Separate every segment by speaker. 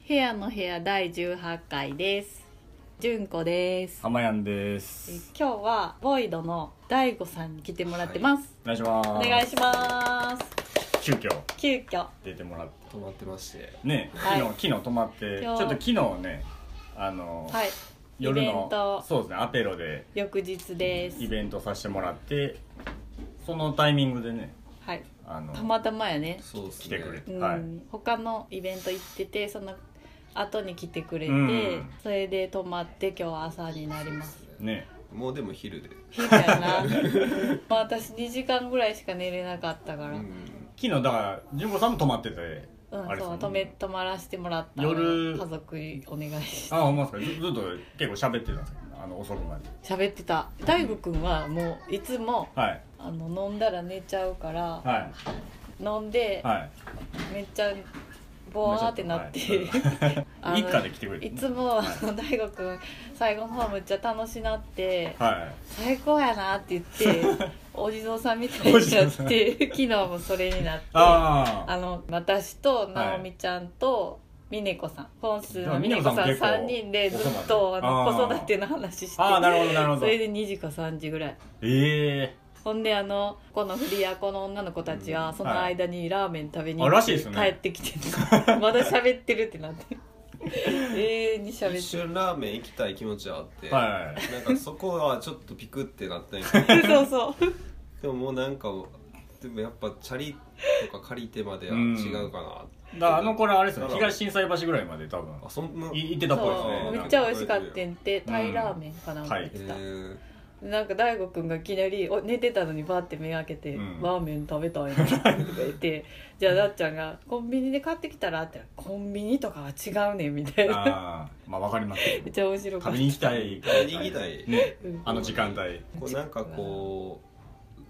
Speaker 1: ヘアの部屋第18回です純子です
Speaker 2: 浜やんで
Speaker 1: え
Speaker 2: す。
Speaker 1: 今日はボイドの大悟さんに来てもらってます、
Speaker 2: お願いします。
Speaker 1: お願いします
Speaker 2: 急遽
Speaker 1: 急遽
Speaker 2: 出てもらって
Speaker 3: 止まってまして
Speaker 2: ね、
Speaker 1: はい
Speaker 2: 昨日昨日泊まってち
Speaker 1: 今
Speaker 2: ょっ
Speaker 1: 日
Speaker 2: と昨日ねあの、
Speaker 1: はい
Speaker 2: 夜
Speaker 1: イベント
Speaker 2: のそうですねアペロで
Speaker 1: 翌日です
Speaker 2: イベントさせてもらってそのタイミングでね
Speaker 1: はい
Speaker 2: あの
Speaker 1: たまたまやね
Speaker 3: そうですね
Speaker 2: 来てくれて、
Speaker 1: うん
Speaker 2: はい。
Speaker 1: 他のイベント行っててその後に来てくれて、
Speaker 2: うん
Speaker 1: それで泊まって今日は朝になります
Speaker 2: ね、
Speaker 3: もうでも昼で
Speaker 1: 昼やなまあ私2時間ぐらいしか寝れなかったから、
Speaker 3: う
Speaker 1: うんん
Speaker 2: 昨日だから純子さんも泊まってて、あれです
Speaker 1: そう
Speaker 2: もん
Speaker 1: 泊め泊まらせてもらった
Speaker 2: 夜
Speaker 1: 家族にお願いして
Speaker 2: あ、ほんまですか。ずずっと結構喋ってたんですよ。あの遅くまで。
Speaker 1: 喋ってた大悟くんはもういつも
Speaker 2: はい
Speaker 1: あの飲んだら寝ちゃうから、
Speaker 2: は
Speaker 1: 飲んで、
Speaker 2: いはい。
Speaker 1: めっちゃボワーってなって、 あの
Speaker 2: はい一家で来てくれて
Speaker 1: いつもあの大悟くん最後の方むっちゃ楽しなって
Speaker 2: は
Speaker 1: 最高やなって言 ってお地蔵さんみたいにな
Speaker 2: お地蔵
Speaker 1: っ
Speaker 2: さん
Speaker 1: て昨日もそれになって
Speaker 2: い。ああ。
Speaker 1: あの私と直美ちゃんと、みねこさん本数のみ
Speaker 2: じゃ
Speaker 1: ね
Speaker 2: あ
Speaker 1: こさん
Speaker 2: みねこさ
Speaker 1: 3
Speaker 2: んも結構
Speaker 1: 人でずっとあ
Speaker 2: 遅
Speaker 1: の
Speaker 2: かっ
Speaker 1: 子
Speaker 2: た
Speaker 1: 育ての話して
Speaker 2: ああ、なるほどなるほど。
Speaker 1: それで2時か3時ぐらい
Speaker 2: ええ
Speaker 1: ほんであのこのフリアコの女の子たちはその間にラーメン食べに
Speaker 2: あらしいですね
Speaker 1: 帰ってきて まだ喋ってるってなって 永遠に喋
Speaker 3: 一
Speaker 1: って
Speaker 3: 瞬ラーメン行きたい気持ちはあって、
Speaker 2: はいはい
Speaker 3: なんかそこはちょっとピクってなったんやけど
Speaker 1: るそうそう
Speaker 3: でももうなんかでもやっぱチャリとか借りてまでは
Speaker 2: うん
Speaker 3: 違うかな、
Speaker 2: だからあの頃あれですよね
Speaker 3: だから
Speaker 2: 東震災橋ぐらいまで多分
Speaker 3: あそんない
Speaker 2: 行ってたっぽいです
Speaker 1: そ
Speaker 2: ね
Speaker 1: うめ
Speaker 2: な
Speaker 1: っ
Speaker 2: ん
Speaker 1: ち
Speaker 2: か
Speaker 1: ゃ美味しかったんってタイラーメンかなんか
Speaker 2: うん
Speaker 1: 言って
Speaker 3: え
Speaker 1: た、
Speaker 3: ー、
Speaker 1: なんか大悟くんがいきなりお寝てたのにバーって目開けて「
Speaker 2: うん
Speaker 1: ラーメン食べたいな」って言ってじゃ あだっちゃんが「コンビニで買ってきたら?」って「コンビニとかは違うねん」みたいな
Speaker 2: あーまあわかります
Speaker 1: めっちゃ面白かった
Speaker 2: 食べに行きたい
Speaker 3: 食べに行きたい
Speaker 2: ね
Speaker 1: うん
Speaker 2: あの時間帯
Speaker 3: こうなんかこう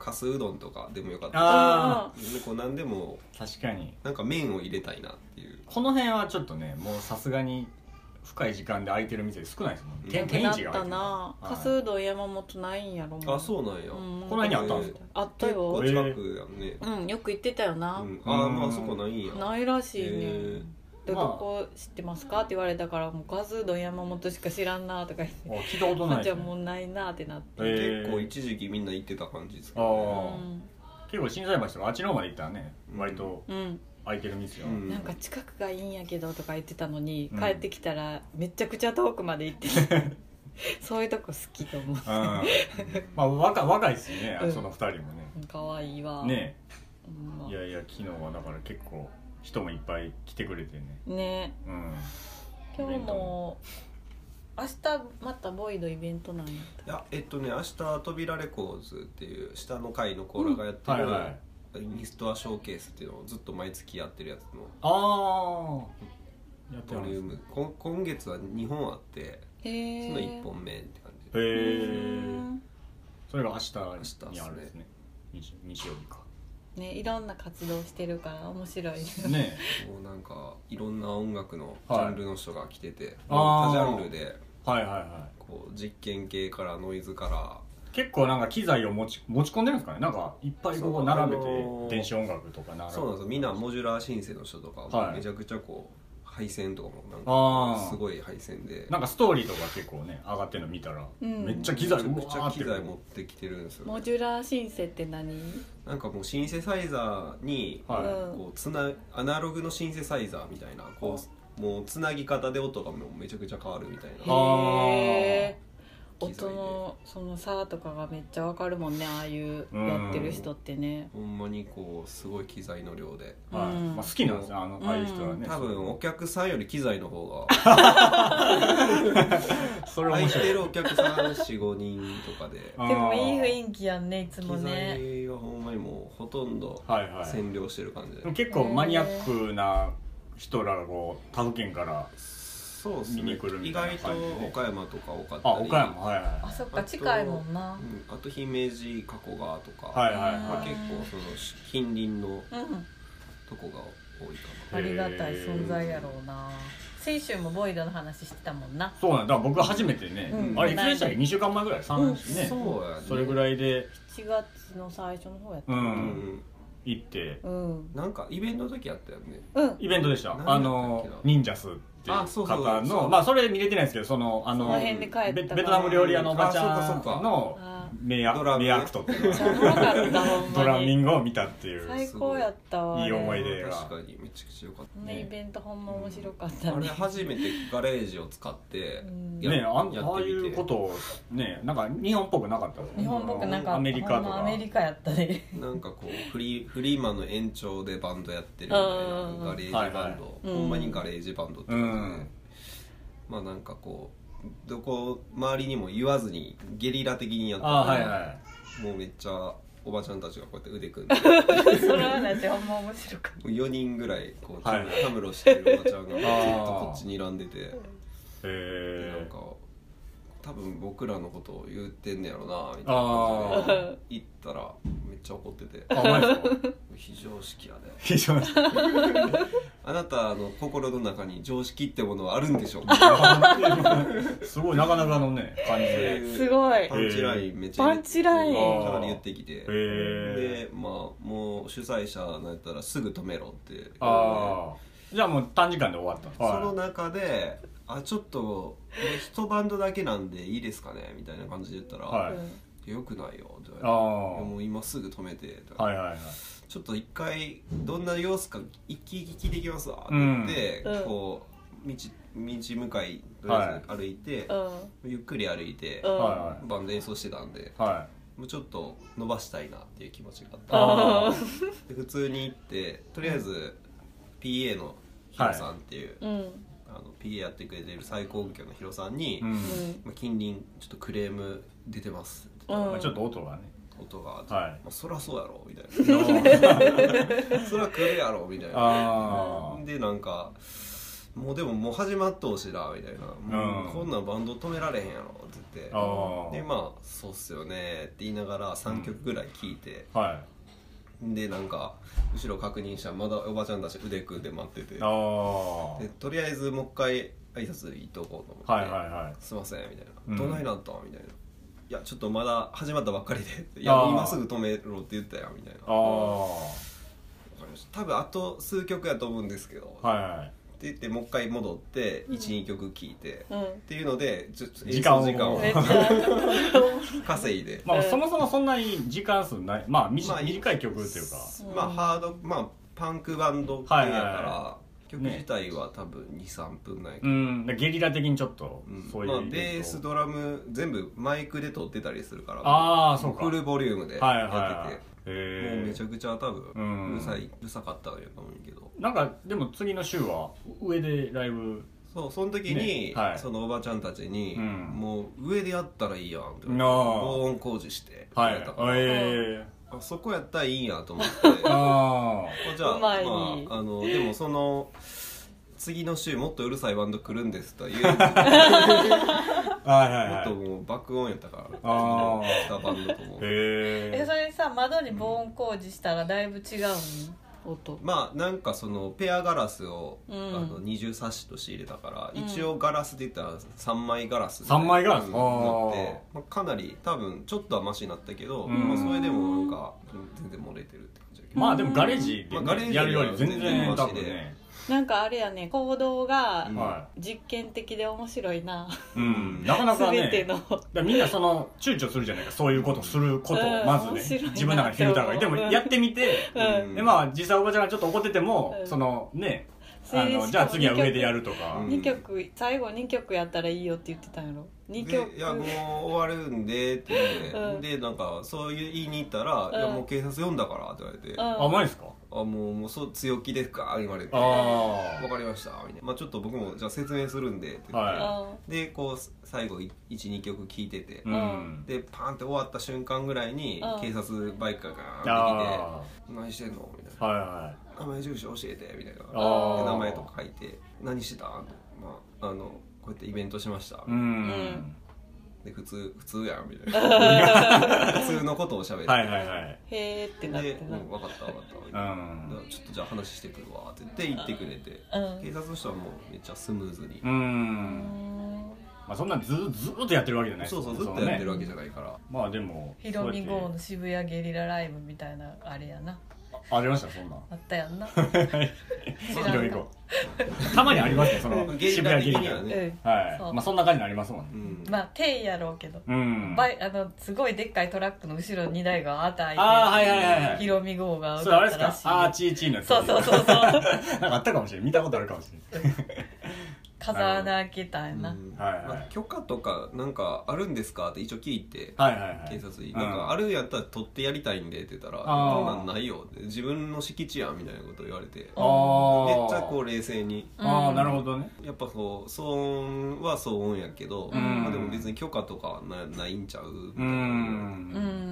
Speaker 3: かすうどんとかでもよかった
Speaker 2: あ
Speaker 3: でこう何でも
Speaker 2: 確かに
Speaker 3: なんか麺を入れたいなっていう
Speaker 2: この辺はちょっとねもうさすがに深い時間で空いてる店少ないですもんね
Speaker 3: な
Speaker 2: 天
Speaker 1: なくなっ
Speaker 2: 天一が
Speaker 1: た
Speaker 2: 空いてる
Speaker 1: な
Speaker 2: はい
Speaker 1: かすうどん山本ないんやろも
Speaker 3: あそうなんや、
Speaker 1: うん
Speaker 2: この辺にあったんですか
Speaker 1: あった
Speaker 3: 結
Speaker 1: よ
Speaker 3: 構近くやんね、
Speaker 1: うんよく行ってたよな、
Speaker 3: うん、ああまあそこないんや
Speaker 1: ないらしいね
Speaker 3: へ
Speaker 1: ん
Speaker 3: ー
Speaker 1: でど
Speaker 2: まあ
Speaker 1: こ知ってますかって言われたからもうカスうどん山本しか知らんなとか言って
Speaker 2: あ聞いたことない
Speaker 1: じ
Speaker 2: で
Speaker 1: ゃ
Speaker 2: す
Speaker 1: あ
Speaker 2: ね
Speaker 1: もうないなってなって、
Speaker 2: えー
Speaker 3: 結構一時期みんな行ってた感じですけ
Speaker 2: あ
Speaker 3: ど、ね、
Speaker 1: う
Speaker 2: 結構心斎橋とかあっちの方まで行ったらね
Speaker 3: うん
Speaker 2: 割と
Speaker 1: ん、うん、
Speaker 2: 空いてる店よ
Speaker 3: うん
Speaker 1: なんか近くがいいんやけどとか言ってたのに、
Speaker 2: うん
Speaker 1: 帰ってきたらめちゃくちゃ遠くまで 行ってそういうとこ好きと思う
Speaker 2: うんまあ若若いですよねあその二人もね
Speaker 1: 可愛いわ
Speaker 2: ね
Speaker 1: ほんま
Speaker 2: いやいや昨日はだから結構人もいっぱい来てくれてね
Speaker 1: ね
Speaker 2: うん
Speaker 1: 今日も明日またボイドイベントなんやった
Speaker 3: いやえっとね明日扉レコーズっていう下の階のコーラがやって
Speaker 2: は
Speaker 3: る、
Speaker 2: いはい
Speaker 3: インストアショーケースっていうのをずっと毎月やってるやつの
Speaker 2: ああやって
Speaker 3: ボリュームこん今月は2本あって
Speaker 1: へ
Speaker 3: そ
Speaker 1: え
Speaker 3: の1本目って感じ
Speaker 2: へ
Speaker 1: へ
Speaker 2: えそれが明日にあるんですね日日曜日か
Speaker 1: ねいろんな活動してるから面白い
Speaker 2: ね
Speaker 3: もうなんかいろんな音楽のジャンルの人が来てて、
Speaker 2: あー
Speaker 3: 多ジャンルで
Speaker 2: えはいはいは
Speaker 3: こう実験系からノイズから
Speaker 2: い結構なんか機材を持ち持ち込んでるんですかねなんかいっぱいこ
Speaker 3: そうう
Speaker 2: 並べ
Speaker 3: あのー
Speaker 2: て電子音楽とか並べて
Speaker 3: そうなんですよみんなモジュラーシンセの人とか
Speaker 2: はい
Speaker 3: めちゃくちゃこう配線とかもなん
Speaker 2: あー
Speaker 3: かすごい配線で
Speaker 2: なんかストーリーとか結構ね上がってるの見たら
Speaker 1: うん
Speaker 2: めっちゃ機材
Speaker 3: めちゃくちゃ機材
Speaker 2: う
Speaker 3: 持
Speaker 2: わー
Speaker 3: っ
Speaker 2: って
Speaker 3: きてるんですよ
Speaker 1: モ
Speaker 3: ね
Speaker 1: ジュラーシンセって何
Speaker 3: なんかもうシンセサイザーに
Speaker 2: はい
Speaker 1: うん
Speaker 3: こうつなアナログのシンセサイザーみたいなこうもうつなぎ方で音がもうめちゃくちゃ変わるみたいな
Speaker 2: あ
Speaker 1: へえ
Speaker 3: 機材で
Speaker 1: 音のその差とかがめっちゃわかるもんねああいう
Speaker 2: うん
Speaker 1: やってる人ってね
Speaker 3: ほんまにこうすごい機材の量で
Speaker 2: はい
Speaker 1: うん
Speaker 2: まあ好きなんですねあのああいう人はね
Speaker 3: 多分お客さんより機材の方
Speaker 2: それ
Speaker 3: が空
Speaker 2: 面
Speaker 3: い
Speaker 2: 白い
Speaker 3: てるお客さん45人と かで
Speaker 1: でもいい
Speaker 2: 囲
Speaker 1: 雰囲気やんねいつも
Speaker 3: 機
Speaker 1: ね
Speaker 3: 材はほんまにもうほとんど
Speaker 2: はいはい
Speaker 3: 占領してる感じで
Speaker 2: でも結構マニアックな人らがこう他府県から
Speaker 3: そうです
Speaker 2: 見
Speaker 3: ね
Speaker 2: に来るみ
Speaker 3: 意
Speaker 2: たい
Speaker 3: 外
Speaker 2: な感
Speaker 3: と
Speaker 2: じで
Speaker 3: 岡山とか多かったり
Speaker 2: あ岡山はいはい
Speaker 1: あそっ
Speaker 3: あ
Speaker 1: か
Speaker 3: と
Speaker 1: 近いもんな
Speaker 3: うんあと姫路加古川とか、
Speaker 2: はいはい
Speaker 3: まあ
Speaker 2: はい
Speaker 3: 結構その近隣の
Speaker 1: うん
Speaker 3: とこが多いか
Speaker 1: ありがたい存在やろうな先週もボイドの話してたもんな
Speaker 2: そうなんだだから僕初めてね、
Speaker 1: うん
Speaker 2: あれいつでしたっけ2週間前ぐらい3週
Speaker 3: な、
Speaker 2: ね、
Speaker 3: そうやね
Speaker 2: それぐらいで
Speaker 1: 7月の最初の方やった
Speaker 2: うん、
Speaker 3: うんうん
Speaker 2: 行って
Speaker 1: うん
Speaker 3: なんかイベントの時あったよね
Speaker 1: うん
Speaker 2: イベントでした
Speaker 3: 何やったっけな
Speaker 2: あの忍者スっっていう
Speaker 3: あそうそう
Speaker 2: 方
Speaker 3: そう
Speaker 2: のまあそれ見れてないですけどそのあ
Speaker 1: そ
Speaker 2: の
Speaker 1: の辺で帰った
Speaker 2: ベ
Speaker 1: から
Speaker 2: ベトナム料理屋のおばち
Speaker 3: あそ
Speaker 2: ゃ
Speaker 3: うかそうんか
Speaker 2: の
Speaker 1: あ
Speaker 2: 名ア
Speaker 3: ドラムね
Speaker 2: 名アクトっていうの
Speaker 1: め
Speaker 2: は
Speaker 1: っちゃおもろかったほんまに
Speaker 2: ドラミングを見たっていう
Speaker 1: 最高やったわ
Speaker 2: いい思
Speaker 1: あ
Speaker 2: い
Speaker 1: れ
Speaker 2: 出が
Speaker 3: 確かにめちゃくちゃ良かっ
Speaker 1: このイベントほんま面白かった
Speaker 3: たあれ
Speaker 1: ね
Speaker 3: 初めてガレージを使って
Speaker 1: うん
Speaker 3: や
Speaker 2: ねあん
Speaker 3: や
Speaker 2: ああ
Speaker 3: って
Speaker 2: い
Speaker 3: みて
Speaker 2: うことをねなんか日本っぽくなかったもん
Speaker 1: 日本僕なんか
Speaker 2: アメリカ
Speaker 1: ほ
Speaker 2: と
Speaker 1: んま
Speaker 2: か
Speaker 1: アメリカやった で
Speaker 3: なんかこうフリーフリーマンの延長でバンドやってるみたい
Speaker 1: うんうんうん
Speaker 3: なガレージバンド、
Speaker 2: はいはい
Speaker 1: うん
Speaker 3: ほんまにガレージバンドって感じで、
Speaker 2: うん
Speaker 3: まあなんかこうどこ周りにも言わずにゲリラ的にやって
Speaker 2: あはいはい
Speaker 3: もうめっちゃおばちゃんたちがこうやって腕組んで
Speaker 1: その話ほんま面白かっ
Speaker 3: 4人ぐらいこうた
Speaker 2: はい
Speaker 3: むたむろしてるおばちゃんがずっ と
Speaker 2: あー
Speaker 3: こっちにらんでてでなん
Speaker 2: え
Speaker 3: か多分僕らのことを言ってんねやろなみたい
Speaker 2: あ
Speaker 3: な
Speaker 2: ー
Speaker 3: 感じで行ったらめっちゃ怒ってて
Speaker 2: ー、あマジですか
Speaker 3: 非常識やで、
Speaker 2: 非常に
Speaker 3: あなたの心の中に常識ってものはあるんでしょう
Speaker 2: すごいなかなかのね感じで
Speaker 1: たすごい
Speaker 3: パンチラインめっちゃ
Speaker 1: パンチライン
Speaker 2: あー
Speaker 3: かなり言ってきて
Speaker 2: へ
Speaker 3: でまあもう主催者なんやったらすぐ止めろって
Speaker 2: ああじゃあもう短時間で終わった
Speaker 3: その中で「あちょっと一バンドだけなんでいいですかね」みたいな感じで言ったら「
Speaker 2: はい
Speaker 1: うん
Speaker 3: よくないよ」って言
Speaker 2: あ
Speaker 3: われ
Speaker 2: あ
Speaker 3: て
Speaker 2: は
Speaker 3: もう今すぐ止めて」とか
Speaker 2: いはいはい
Speaker 3: ちょっと一回どんな様子か一気聞きできますわ」って言って、
Speaker 1: うん
Speaker 3: こう道道向かいとりあえず歩いて、
Speaker 1: うん
Speaker 3: ゆっくり歩いて、
Speaker 1: うん
Speaker 2: は
Speaker 3: バンド演奏してたんで
Speaker 2: いはい
Speaker 3: もうちょっと伸ばしたいなっていう気持ちがあった
Speaker 2: あ
Speaker 1: あ
Speaker 3: で普通に行ってとりあえず PA のヒロさんっていう、
Speaker 1: ーうん
Speaker 3: あの PA やってくれてる最高音響のヒロさんに、
Speaker 2: うん
Speaker 1: うん
Speaker 3: まあ、近隣ちょっとクレーム出てます
Speaker 1: うん
Speaker 2: まあちょっと音がね
Speaker 3: 音が、
Speaker 2: はい
Speaker 3: まあ、そらそうやろみたい なそら来るやろみたいな
Speaker 2: あ
Speaker 3: でなんかもうでももう始まっとうしなみたいな、もう
Speaker 2: うん
Speaker 3: こんなんバンド止められへんやろって言って
Speaker 2: ああ
Speaker 3: でまあそうっすよねって言いながら3曲ぐらい聴いて、
Speaker 2: あはい
Speaker 3: でなんか後ろ確認したらまだおばちゃんたち腕組んで待ってて
Speaker 2: ああはい
Speaker 3: でとりあえずもう一回挨拶行っとこうと思って「
Speaker 2: はいはい
Speaker 3: すいません」みたいな「
Speaker 2: うん
Speaker 3: どないなった?」みたいな「いやちょっとまだ始まったばっかり で」い
Speaker 2: あ
Speaker 3: や
Speaker 2: ー
Speaker 3: 今すぐ止めろ」って言ったよみたいな「
Speaker 2: あ
Speaker 3: わか
Speaker 2: あ
Speaker 3: りました多分あと数曲やと思うんですけど」
Speaker 2: はいはい
Speaker 3: って言ってもう一回戻って
Speaker 1: うん
Speaker 3: 12曲聴いて、っ
Speaker 1: うん
Speaker 3: ていうのでちょちょ
Speaker 2: 時間を
Speaker 3: 演奏 時間を
Speaker 1: めっちゃ
Speaker 3: 稼いで
Speaker 2: まあ
Speaker 1: うん
Speaker 2: そもそもそんなに時間数ないまあ
Speaker 3: まあ
Speaker 2: 短い短い曲っていうか
Speaker 3: まあ
Speaker 1: うん
Speaker 3: ハードまあパンクバンド系やから、
Speaker 2: はいはいは
Speaker 3: 曲自体は多分23分ないか
Speaker 2: うんゲリラ的にちょっと
Speaker 3: うん
Speaker 2: そう
Speaker 3: まあ
Speaker 2: いうイベントを
Speaker 3: ベースドラム全部マイクで撮ってたりするから
Speaker 2: ああそうか
Speaker 3: フルボリュームで
Speaker 2: はいはい
Speaker 3: や
Speaker 2: はいへ
Speaker 3: ってて、もう
Speaker 2: え
Speaker 3: めちゃくちゃ多分
Speaker 2: うん
Speaker 3: うるさい、うるさかったんやと思うけど
Speaker 2: なんかでも次の週は上でライブ
Speaker 3: そうその時に、
Speaker 2: ねはい
Speaker 3: そのおばちゃんたちに、
Speaker 2: うん
Speaker 3: もう上でやったらいいやんって
Speaker 2: なあ
Speaker 3: 防音工事して
Speaker 2: はい
Speaker 3: やったから、
Speaker 2: え
Speaker 3: あそこやったらいいんや と思って
Speaker 2: えあ
Speaker 3: じゃあ,、
Speaker 1: う
Speaker 3: ま
Speaker 1: まい
Speaker 3: あ、あのでもその次の週もっとうるさいバンド来るんですとは言えず
Speaker 2: あはいはい
Speaker 3: も
Speaker 2: は
Speaker 3: っ
Speaker 2: い
Speaker 3: とも う爆音やったから
Speaker 2: あー
Speaker 3: 来たバンドとも
Speaker 2: へ
Speaker 1: え
Speaker 2: え
Speaker 1: それさ窓に防音工事したらだいぶ違うん音
Speaker 3: まあなんかそのペアガラスを、
Speaker 1: うん
Speaker 3: あの二重サッシとして入れたから、
Speaker 1: うん
Speaker 3: 一応ガラスで言ったら3枚ガラス
Speaker 2: 三枚ガラス
Speaker 3: に
Speaker 2: あ
Speaker 3: な
Speaker 2: ー
Speaker 3: って、まあ、かなり多分ちょっとはマシになったけど、
Speaker 2: うん
Speaker 3: まあ、それでもなんか全然漏れてるって感じだけど、
Speaker 2: まあでもガレージで
Speaker 3: まあガレージ
Speaker 2: ね
Speaker 3: で
Speaker 2: やるより全然多分
Speaker 3: 全
Speaker 2: ね
Speaker 3: 然
Speaker 1: なんかあれやね行動が
Speaker 3: うん
Speaker 2: は
Speaker 1: 実験的で面白いな、
Speaker 2: いうんなかなか
Speaker 1: 全て
Speaker 2: ねだか
Speaker 1: の
Speaker 2: らみんなその躊躇するじゃないかそういうことすること
Speaker 1: うん
Speaker 2: をまず
Speaker 1: 面白い
Speaker 2: ね
Speaker 1: な
Speaker 2: 自分の中にフィルターがいても
Speaker 1: うん
Speaker 2: やってみて
Speaker 1: うん
Speaker 2: でまあ実際おばちゃんがちょっと怒ってても
Speaker 1: うん
Speaker 2: そのねあ
Speaker 1: しか
Speaker 2: の
Speaker 1: も
Speaker 2: じゃあ次は上でやるとか
Speaker 3: うん
Speaker 1: 2曲最後2曲やったらいいよって言ってたんやろ2曲
Speaker 3: でいやもう終わるんでって言って、
Speaker 1: うん
Speaker 3: でなんかそういう言いに行ったら「
Speaker 1: ん
Speaker 3: いやもう警察呼んだから」って言われて「
Speaker 1: うん
Speaker 2: 甘いですか
Speaker 3: あもうもうそう強気ですか?」言われて「わ
Speaker 2: あ
Speaker 3: かりました」みたいな、まあ、ちょっと僕もじゃあ説明するんでって言って、
Speaker 2: は
Speaker 1: あ
Speaker 3: でこう最後12曲聴いてて、
Speaker 2: あうん
Speaker 3: でパーンって終わった瞬間ぐらいに
Speaker 1: うん
Speaker 3: 警察バイクがガーンって
Speaker 2: あ
Speaker 3: きて「何してんの?」みたい
Speaker 2: あはいはい
Speaker 3: な「名前住所教えて」みたいな
Speaker 2: あ
Speaker 3: で
Speaker 2: ー
Speaker 3: 名前とか書いて「何してた?」と「まああのこうやってイベントしました」
Speaker 2: うん
Speaker 1: ん
Speaker 3: で普通普通やんみ たいな普通のことを喋って、
Speaker 2: はいはいはい
Speaker 1: へーってなっ
Speaker 3: で
Speaker 1: て
Speaker 3: 「
Speaker 1: な
Speaker 3: うん分かった分かった」みたいうな。
Speaker 2: ん
Speaker 3: ちょっとじゃあ話してくるわって言って言ってくれて、
Speaker 1: うん
Speaker 3: 警察の人はもうめっちゃスムーズに、
Speaker 2: うんまあそんなずずーっとやってるわけじゃない
Speaker 3: そうそうずっとやってるわけ
Speaker 2: じゃ
Speaker 3: じゃないから、
Speaker 2: まあでも
Speaker 1: ヒロミ
Speaker 2: そうや
Speaker 1: 号
Speaker 2: っ
Speaker 1: の
Speaker 2: て
Speaker 1: 渋谷ゲリラライブみたいなあれやな
Speaker 2: あありましたそんなん
Speaker 1: あったやんな知
Speaker 2: ヒロミ
Speaker 1: か
Speaker 2: 号たまにありますねその
Speaker 3: 現
Speaker 2: 渋
Speaker 3: 代
Speaker 2: 谷ゲ
Speaker 3: 的
Speaker 2: リ
Speaker 3: に
Speaker 2: ラ
Speaker 3: は
Speaker 1: う
Speaker 3: ね、
Speaker 1: ん
Speaker 2: はい
Speaker 4: そう
Speaker 2: まあそんな感じになりますもんね
Speaker 3: うん
Speaker 4: まあペイやろうけど、
Speaker 2: うん
Speaker 4: バイあのすごいでっかいトラックの後ろ2台があたいて
Speaker 2: あーはいはいはいはい
Speaker 4: ヒロミ号が
Speaker 2: それあれで
Speaker 4: 歌
Speaker 2: す
Speaker 4: ったら
Speaker 2: か
Speaker 4: しい
Speaker 2: あーチーチーのやつ
Speaker 4: そうそうそうそう
Speaker 2: なんかあったかもしれない見たことあるかもしれない
Speaker 4: 風穴開けたんやな、
Speaker 3: うん
Speaker 2: はいはい
Speaker 3: まあ許可とかなんかあるんですかって一応聞いて
Speaker 2: はいはいはい
Speaker 3: 警察に「
Speaker 2: うん
Speaker 3: なんかあるんやったら取ってやりたいんで」って言ったら
Speaker 2: あ
Speaker 3: 「そ
Speaker 2: ー
Speaker 3: んなんないよ」って自分の敷地やみたいなこと言われてめっち
Speaker 2: あー
Speaker 3: ゃこう冷静に
Speaker 4: う
Speaker 2: あー
Speaker 4: ん
Speaker 2: なるほどね
Speaker 3: やっぱこう騒音は騒音やけど、
Speaker 2: うん
Speaker 3: まあ、でも別に許可とかはなないんちゃうみ
Speaker 2: う
Speaker 3: たい
Speaker 4: う
Speaker 3: な
Speaker 4: ん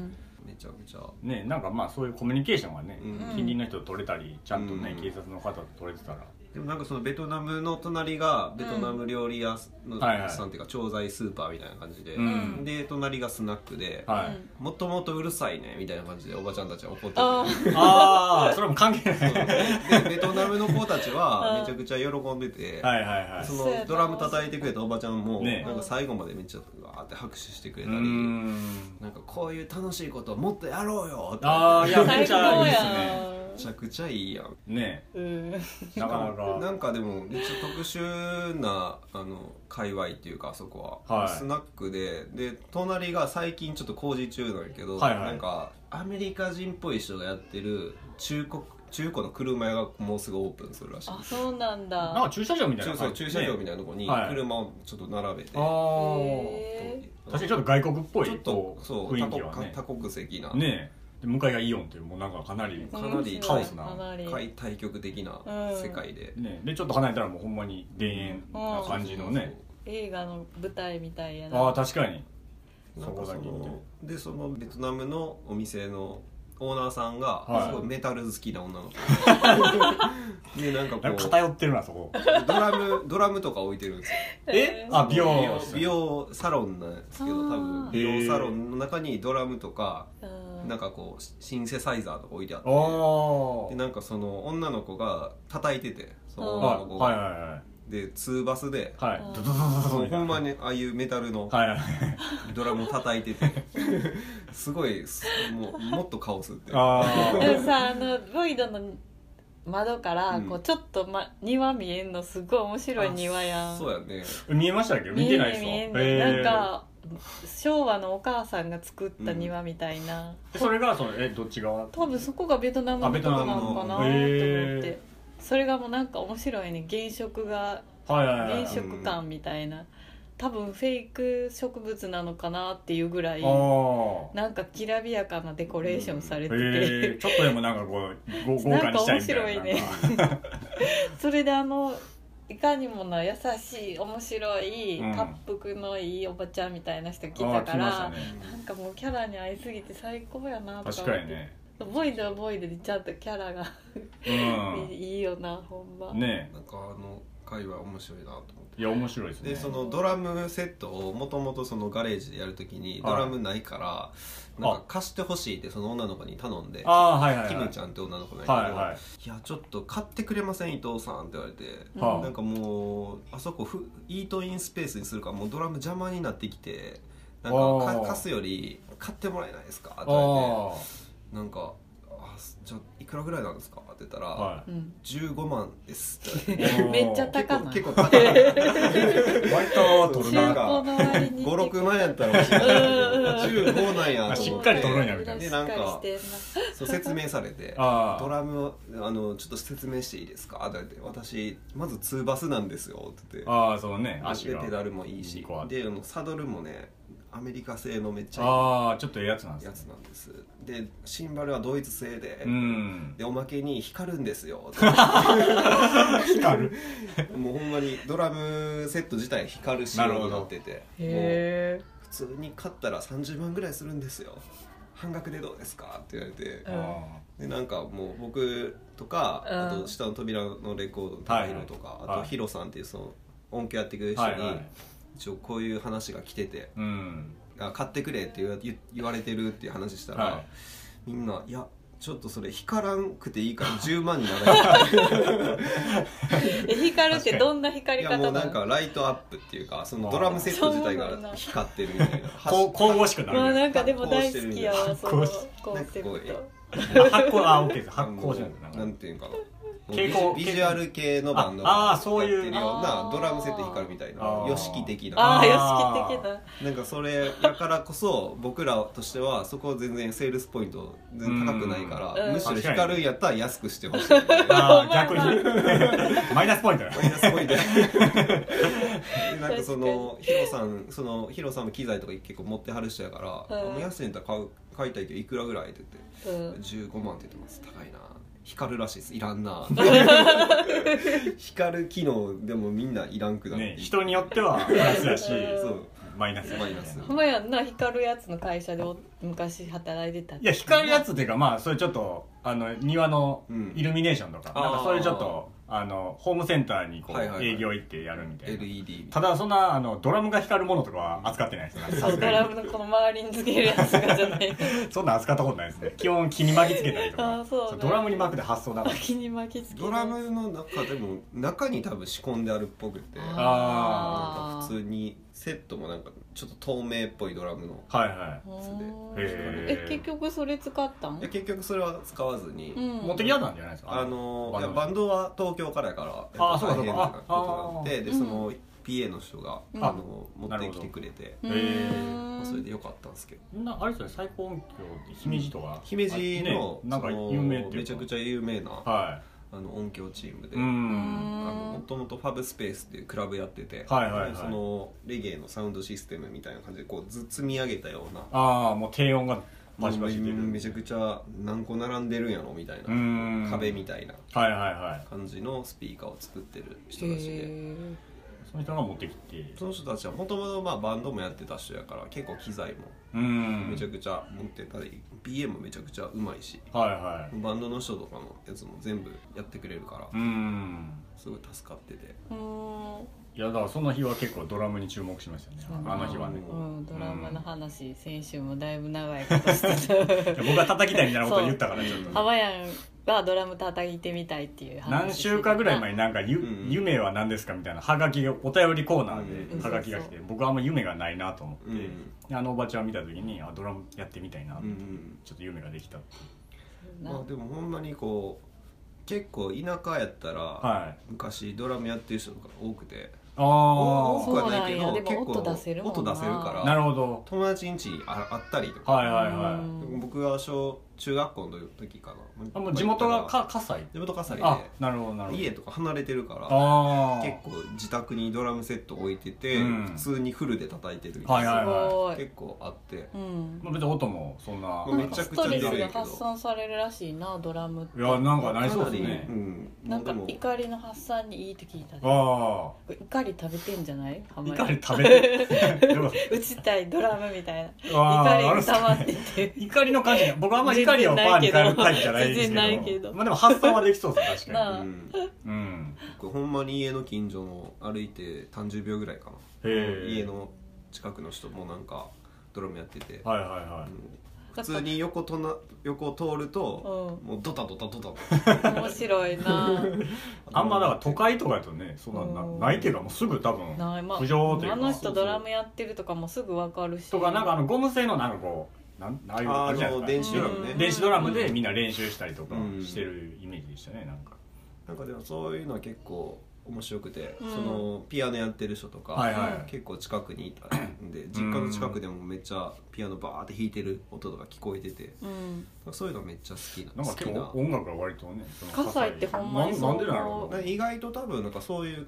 Speaker 4: ん
Speaker 3: めちゃくちゃ、
Speaker 2: ねなんかまあそういうコミュニケーションがね
Speaker 3: うん
Speaker 2: 近隣の人と取れたりちゃんとね
Speaker 3: うん
Speaker 2: 警察の方と取れてたら
Speaker 3: でもなんかそのベトナムの隣がベトナム料理屋
Speaker 2: ん
Speaker 3: の、
Speaker 2: はいはい
Speaker 3: さんっていうか調剤スーパーみたいな感じで、
Speaker 2: うん
Speaker 3: で隣がスナックで、
Speaker 2: は
Speaker 4: う
Speaker 2: い
Speaker 4: ん
Speaker 3: もともとうるさいねみたいな感じでおばちゃんたちは怒ってて
Speaker 4: あ
Speaker 2: ああそれも関係ない
Speaker 3: でベトナムの子たち は
Speaker 4: うん
Speaker 3: めちゃくちゃ喜んでて、
Speaker 2: はいはいはい
Speaker 3: そ
Speaker 4: そうやな
Speaker 3: のドラム叩いてくれたおばちゃんも、
Speaker 2: ね
Speaker 3: なんか最後までめっちゃわーって拍手してく
Speaker 2: う
Speaker 3: れたり、
Speaker 2: ん
Speaker 3: なんかこういう楽しいことをもっとやろうよって
Speaker 2: ああいやめ
Speaker 4: 最
Speaker 2: っち
Speaker 4: 高
Speaker 2: ゃいいで
Speaker 4: や
Speaker 2: すね
Speaker 4: ん
Speaker 3: めちゃくちゃいいやん
Speaker 2: ね
Speaker 1: うん
Speaker 2: なかなか
Speaker 3: なんかでもめっちゃ特殊なあの界隈っていうかあそこは、
Speaker 2: はい
Speaker 3: スナックでで隣が最近ちょっと工事中なんやけど、
Speaker 2: はいはい
Speaker 3: なんかアメリカ人っぽい人がやってる中古中古の車屋がもうすぐオープンするらしい
Speaker 4: あそうなんだ
Speaker 2: なんか駐車場みたい
Speaker 3: 中
Speaker 2: な
Speaker 3: そう駐車場み
Speaker 2: たい
Speaker 3: たいなとこに
Speaker 2: はい
Speaker 3: 車をちょっと並べて、
Speaker 2: なあ
Speaker 4: へ
Speaker 2: あ確かにちょっと外国っぽい
Speaker 3: ちょっと
Speaker 2: こう
Speaker 3: そう
Speaker 2: 雰
Speaker 3: 多
Speaker 2: 囲気
Speaker 3: 国
Speaker 2: はね
Speaker 3: 多国籍な、
Speaker 2: ねえで向かいがイオンっていうもうなんかかなり
Speaker 3: か
Speaker 1: ー
Speaker 3: なり
Speaker 1: 面白い
Speaker 2: カオスな
Speaker 1: かなり
Speaker 3: 対対極的な
Speaker 1: うん
Speaker 3: 世界で、
Speaker 2: ねでちょっと離れたらもうほんまに田園な感じのね
Speaker 1: 映画の舞台みたいやな
Speaker 2: ああ確かに
Speaker 3: な
Speaker 2: そ
Speaker 3: ん
Speaker 2: こ
Speaker 3: か
Speaker 2: だ
Speaker 3: そ
Speaker 2: け行って
Speaker 3: のでそのベトナムのお店のオーナーさんが
Speaker 2: はい
Speaker 3: すごいメタル好きな女 の子でな
Speaker 2: なん
Speaker 3: んかこ
Speaker 2: か
Speaker 3: う
Speaker 2: 偏ってるなそこ
Speaker 3: ドラムドラムとか置いてるんですよ
Speaker 2: えあ美容室
Speaker 3: 美容サロンなんですけど多
Speaker 1: あ
Speaker 3: 分
Speaker 1: ー
Speaker 3: 美容サロンの中にドラムとか
Speaker 1: うん
Speaker 3: なんかこうシンセサイザーとか置いてあって
Speaker 2: あ
Speaker 3: でなんかその女の子が叩いててその
Speaker 2: あ
Speaker 3: 女
Speaker 2: は
Speaker 3: の子
Speaker 2: い
Speaker 3: が、
Speaker 2: はいは
Speaker 3: で2バスで、
Speaker 2: いは
Speaker 1: あ
Speaker 2: いは
Speaker 1: ー
Speaker 2: いドドドドド
Speaker 3: そ
Speaker 2: ド
Speaker 3: の
Speaker 2: みた
Speaker 3: ほ
Speaker 2: い
Speaker 3: ん
Speaker 2: な
Speaker 3: まにああいうメタルの
Speaker 2: はいはいはい
Speaker 3: ドラムを叩い ててすごいすもうもっとカオスって
Speaker 2: あ
Speaker 1: でも
Speaker 2: ー
Speaker 1: さあのボイドの窓から
Speaker 3: うん
Speaker 1: こうちょっと、ま、庭見えんのすごい面白い庭やん
Speaker 3: そうやね
Speaker 2: 見えましたっけ見てないです
Speaker 1: 見
Speaker 2: よ
Speaker 1: えんね見えん
Speaker 2: え
Speaker 1: ねな
Speaker 2: ー
Speaker 1: んか昭和のお母さんが作った庭みたいな、
Speaker 2: でそれがそのえどっち側
Speaker 1: 多分そこがベトナムの
Speaker 2: あベ
Speaker 1: と
Speaker 2: ト
Speaker 1: こ
Speaker 2: ナ
Speaker 1: な
Speaker 2: ムの
Speaker 1: のかなと思って、
Speaker 2: へ
Speaker 1: それがもうなんか面白いね原色が
Speaker 2: はいはいはい
Speaker 1: 原色感みたいな、多分フェイク植物なのかなっていうぐらい
Speaker 2: あ
Speaker 1: なんかきらびやかなデコレーションされ
Speaker 2: あ
Speaker 1: てて、
Speaker 2: えー、ちょっとでもなんか こうご豪華にしたいみたいな
Speaker 1: なんか面白いねそれであのいかにもな優しい面白い
Speaker 2: うん
Speaker 1: 恰幅のいいおばちゃんみたいな人来
Speaker 2: あ
Speaker 1: た
Speaker 2: あ
Speaker 1: か
Speaker 2: 来まし
Speaker 1: ら、
Speaker 2: たね
Speaker 1: なんかもうキャラに合いすぎて最高やなとか
Speaker 2: 確
Speaker 1: 思って
Speaker 2: かにね
Speaker 1: ボイドはボイドでちゃんとキャラが
Speaker 2: う
Speaker 1: いいよなほんま、
Speaker 2: んね
Speaker 3: なんかあの会話面白いなと思って
Speaker 2: えいや面白いですね
Speaker 3: でそのドラムセットをもともとそのガレージでやるときにドラムないから、なんか貸してほしいってその女の子に頼んで
Speaker 2: ああはいはいはい
Speaker 3: キムちゃんって女の子なんやけど、
Speaker 2: はいはい
Speaker 3: いやちょっと買ってくれません伊藤さんって言われて、
Speaker 2: はあ
Speaker 3: なんかもうあそこフイートインスペースにするからもうドラム邪魔になってきてなん
Speaker 2: あ
Speaker 3: か
Speaker 2: ー
Speaker 3: か貸すより買ってもらえないですかって言わ
Speaker 2: あ
Speaker 3: れてなんかあすじゃあいくらぐらいなんですかって言ったら、
Speaker 2: あは
Speaker 1: うん、
Speaker 3: 15万 ですって言われ
Speaker 2: い
Speaker 1: めっちゃ
Speaker 3: て
Speaker 1: 高ない
Speaker 3: 結構結構 高い
Speaker 2: 割と取る
Speaker 1: 中
Speaker 2: な
Speaker 1: 古の割に
Speaker 3: 56万やったら欲しいんだけど15なんやと
Speaker 2: し
Speaker 3: 思
Speaker 2: っ
Speaker 3: っ
Speaker 2: かり
Speaker 3: て
Speaker 2: 取るんやみたいな
Speaker 1: しっ
Speaker 3: で
Speaker 1: か
Speaker 3: な
Speaker 1: り
Speaker 3: んか
Speaker 1: してんな
Speaker 3: そう説明されて
Speaker 2: ああ
Speaker 3: ドラムをあのちょっと説明していいですか?」って言われて「私まずツーバスなんですよ」って言って
Speaker 2: ああそのね足
Speaker 3: で
Speaker 2: が
Speaker 3: ペダルもいいし
Speaker 2: 二個あって
Speaker 3: でもうサドルもねアメリカ製のめっちゃ
Speaker 2: ああちょっとええやつなん
Speaker 3: いいや
Speaker 2: で
Speaker 3: つ
Speaker 2: すね
Speaker 3: なんですでシンバルはドイツ製で、
Speaker 2: うん
Speaker 3: でおまけに光るんですよって
Speaker 2: 光る
Speaker 3: もうほんまにドラムセット自体光る仕様になってて
Speaker 1: へ
Speaker 3: もう普通に買ったら30万ぐらいするんですよ半額でどうですかって言われて
Speaker 4: う
Speaker 2: あ
Speaker 4: ん
Speaker 2: あ
Speaker 3: でなんかもう僕とか、
Speaker 4: うん
Speaker 3: あと下の扉のレコードの高弘とか、
Speaker 2: はいはい
Speaker 3: あとヒロさんっていうその音響やってくれる人
Speaker 2: は
Speaker 3: に、
Speaker 2: いはい
Speaker 3: 一応こういう話が来てて
Speaker 2: うん
Speaker 3: あ買ってくれって言わ言言われてるっていう話したら、
Speaker 2: はい
Speaker 3: みんな「いやちょっとそれ光らんくてい いから10万にならない」
Speaker 1: ええ光るってどんな光
Speaker 3: い
Speaker 1: り
Speaker 3: や
Speaker 1: 方
Speaker 3: もう
Speaker 1: なの
Speaker 3: なんかライトアップっていうかそのドラムセット自体が光ってるみ たいな
Speaker 2: こう神々しくな
Speaker 1: まあ
Speaker 2: る
Speaker 1: なんかでも大好きやわその
Speaker 2: こうして
Speaker 1: コンセプ
Speaker 3: なんかこ
Speaker 1: ト
Speaker 2: あ発光あオッケーです発光じゃ
Speaker 3: なん
Speaker 2: な
Speaker 3: なんん
Speaker 2: か
Speaker 3: ていうんかこう
Speaker 2: 蛍光
Speaker 3: ビジビジュアル系のバン
Speaker 2: あ
Speaker 3: ドが
Speaker 2: あーそういう
Speaker 3: やってるよう
Speaker 1: あ
Speaker 3: な
Speaker 1: ー
Speaker 3: ドラムセット光るみたいな
Speaker 2: あー
Speaker 3: YOSHIKI 的
Speaker 1: あ
Speaker 2: ー
Speaker 3: な
Speaker 1: あ
Speaker 2: あー
Speaker 1: よしき的な
Speaker 3: なんかそれだからこそ僕らとしてはそこは全然セールスポイント全然高くないから、
Speaker 1: うん
Speaker 3: むしろ
Speaker 2: うん
Speaker 3: 光るんやったら安くしてほしい、
Speaker 2: ああ逆
Speaker 1: お前
Speaker 2: に マイナスポイントだ
Speaker 3: マイナスポイントや なんかそのヒロさんそのヒロさんも機材とか結構持ってはる人やから「
Speaker 1: うん
Speaker 3: もう安いんだったら買う買いたいけどいくらぐらい?」って
Speaker 1: う
Speaker 3: 言って
Speaker 1: ん
Speaker 3: 「15万」って言ってます高いな光るらしいですいらん な光る機能でもみんないらんくなって
Speaker 2: ね人によってはプラスだし
Speaker 1: うん
Speaker 3: そう
Speaker 2: マイナスだし
Speaker 3: マイナス
Speaker 1: ほんまやんな光るやつの会社でお昔働いてた
Speaker 2: いや光るやつっていうかまあそれちょっとあの庭の
Speaker 3: うん
Speaker 2: イルミネーションとか,、
Speaker 3: あー
Speaker 2: なんかそういうちょっとあのホームセンターにこう、
Speaker 3: はいはいはい
Speaker 2: 営業行ってやるみたいな
Speaker 3: LED
Speaker 2: ただそんなあのドラムが光るものとかは扱ってないです ね
Speaker 1: そうドラムのこの周りにつけるやつがじゃない
Speaker 2: そんな扱ったことないですね基本木に巻きつけたりと
Speaker 1: あ
Speaker 2: か
Speaker 1: ーそうなんだ
Speaker 2: ドラムに巻くで発想なかった
Speaker 1: 脇に巻きつける
Speaker 3: ドラムの中でも中に多分仕込んであるっぽくてなん
Speaker 2: あ
Speaker 3: か普通にセットもなんかちょっと透明っぽいドラムの
Speaker 2: はいは
Speaker 1: あ
Speaker 3: 通
Speaker 1: ー
Speaker 3: で
Speaker 2: へー
Speaker 1: え結局それ使ったん
Speaker 3: いや結局それは使わずに、
Speaker 1: うん
Speaker 2: い持ってきたんじゃないですか
Speaker 3: あのいや
Speaker 2: バ
Speaker 3: バ
Speaker 2: ン
Speaker 3: ンドは東京からやから
Speaker 2: あー
Speaker 3: やっぱ
Speaker 2: そうかそうか
Speaker 3: 大変なことがあってで
Speaker 1: うん
Speaker 3: その PA の人が、
Speaker 1: うん
Speaker 3: あの持ってきてくれて、
Speaker 1: う
Speaker 2: へ
Speaker 1: ーん
Speaker 3: まあそれでよかったんですけど
Speaker 2: ドなあれですよね最高音響って姫路とか
Speaker 3: 姫路の,、
Speaker 2: ねなんか
Speaker 3: その
Speaker 2: 有名っていうか
Speaker 3: めちゃくちゃ有名な
Speaker 2: は
Speaker 3: あの音響チーム
Speaker 2: い
Speaker 3: で、
Speaker 2: う
Speaker 1: うん
Speaker 3: あのもともとファブスペースっていうクラブやってて、
Speaker 2: はいはいはい
Speaker 3: そのレゲエのサウンドシステムみたいな感じでこうず積み上げたような
Speaker 2: ああもう低音がバシバシ出る
Speaker 3: うんめちゃくちゃ何個並んでるんやろみたいな、
Speaker 2: うん
Speaker 3: 壁みたいな
Speaker 2: はいはいはい
Speaker 3: 感じのスピーカーを作ってる人たちで。
Speaker 1: へ
Speaker 2: その人が持ってきて
Speaker 3: その人たちはもともとまあバンドもやってた人やから結構機材も
Speaker 2: うん
Speaker 3: めちゃくちゃ持ってたり、BM もめちゃくちゃうまいし
Speaker 2: はいはい
Speaker 3: バンドの人とかのやつも全部やってくれるから
Speaker 2: うん
Speaker 3: すごい助かってて
Speaker 1: ーうーん
Speaker 2: いやだからその日は結構ドラムに注目しましたね
Speaker 1: そう
Speaker 2: あの日はね
Speaker 1: うん、ドラマの話、先週もだいぶ長いことして
Speaker 2: いや僕が叩きたいみたいなこと言ったからちょったと
Speaker 1: ハワヤンはドラム叩いてみたいっていう話
Speaker 2: 何週間ぐらい前になんかゆ、
Speaker 3: うん
Speaker 2: 夢は何ですかみたいなハガキがお便りコーナー
Speaker 1: うん
Speaker 2: でハガキが来て、僕はあんま夢がないなと思って、
Speaker 3: うん
Speaker 2: であのおばちゃんを見た時にあドラムやってみたいな、
Speaker 3: うんうん
Speaker 2: ちょっと夢ができたって
Speaker 1: な
Speaker 3: まあでもほんまにこう結構田舎やったら、
Speaker 2: はい
Speaker 3: 昔ドラムやってる人とか多くて
Speaker 2: あ
Speaker 3: 多
Speaker 2: あ
Speaker 3: くはないけ
Speaker 1: そうな
Speaker 3: ど
Speaker 1: んやでも
Speaker 3: 結構
Speaker 1: 音出せるもんな
Speaker 3: 音出せるから
Speaker 2: なるほど
Speaker 3: 友達ん家ああったりとか、
Speaker 2: はいはいはい、
Speaker 1: うん
Speaker 3: 僕は小中学校の時かな
Speaker 2: あもう地元が
Speaker 3: まあ
Speaker 2: か火災
Speaker 3: 地元火災で
Speaker 2: あなるほどなるほど
Speaker 3: 家とか離れてるから
Speaker 2: ああ
Speaker 3: 結構自宅にドラムセット置いてて、
Speaker 2: うん
Speaker 3: 普通にフルで叩いてるみた
Speaker 2: はいい
Speaker 3: な、
Speaker 2: はいは
Speaker 1: すごい、
Speaker 3: 結構あって
Speaker 1: うん、
Speaker 2: い、まあ、別に音もそんな
Speaker 3: もう
Speaker 1: な
Speaker 3: め
Speaker 1: んか
Speaker 3: ちゃ
Speaker 1: ス
Speaker 3: くちゃ
Speaker 1: ト
Speaker 3: 出
Speaker 1: レ
Speaker 3: る
Speaker 1: ス
Speaker 3: けど
Speaker 1: が発散されるらしいなドラムって
Speaker 2: いやなんかなりそう
Speaker 3: か
Speaker 2: で
Speaker 3: な
Speaker 2: す
Speaker 3: り
Speaker 2: ね
Speaker 3: うん
Speaker 1: なんか
Speaker 3: もうでも
Speaker 1: 怒りの発散にいいって聞いたで
Speaker 2: あ
Speaker 1: 怒り食べてんじゃないハ
Speaker 2: あ
Speaker 1: マ
Speaker 2: 怒り
Speaker 1: り
Speaker 2: 食べて でも
Speaker 1: 打ちたいドラムみたいな
Speaker 2: あー
Speaker 1: 怒
Speaker 2: あ
Speaker 1: り
Speaker 2: る
Speaker 1: が
Speaker 2: っす
Speaker 1: 溜
Speaker 2: ね
Speaker 1: まってて
Speaker 2: 怒りの感じ僕はあんまり怒りをパーに変えるタイプじゃないですけ
Speaker 1: 全然
Speaker 2: ど
Speaker 1: ないけど
Speaker 2: まあ、でも発散はできそうです確
Speaker 1: な
Speaker 2: か
Speaker 1: あ
Speaker 3: うん
Speaker 2: に、うん、
Speaker 3: 僕ほんまに家の近所の歩いて30秒ぐらいかな
Speaker 2: へえ
Speaker 3: 家の近くの人もなんかドラムやってて、
Speaker 2: はいはいは
Speaker 3: うん普通に横とな横を通ると、
Speaker 1: う
Speaker 3: もうドタドタドタ
Speaker 1: 面白い な
Speaker 2: あんまだから都会とかやとねそんな
Speaker 1: うん
Speaker 2: なないっていうかもうすぐ多分
Speaker 1: ない、まあ、
Speaker 2: 浮上というか
Speaker 1: あの人ドラムやってるとかもすぐわかるし
Speaker 2: とかなんかあのゴム製のなんかこうなんああいうの
Speaker 3: あ
Speaker 2: あるじゃ
Speaker 3: ー
Speaker 2: な
Speaker 3: あの
Speaker 2: いで
Speaker 3: 電
Speaker 2: す
Speaker 3: 子ドラムね、
Speaker 1: うん
Speaker 2: か電子ドラムでみんな練習したりとか
Speaker 3: うん
Speaker 2: してるイメージでしたねなんか
Speaker 3: なんかでもそういうのは結構面白くて、
Speaker 1: うん
Speaker 3: そのピアノやってる人とか、
Speaker 2: はいはい
Speaker 3: 結構近くにいたんで実家の近くでもめっちゃピアノバーって弾いてる音とか聞こえてて
Speaker 1: うん
Speaker 3: そういうのめっちゃ好き
Speaker 2: な
Speaker 3: な
Speaker 2: んか
Speaker 3: 好
Speaker 2: 結
Speaker 3: き
Speaker 2: 構音楽が割とねその
Speaker 1: 葛西ってほんまにそう
Speaker 2: なんなんでなんだろう
Speaker 3: なな意外と多分なんかそういう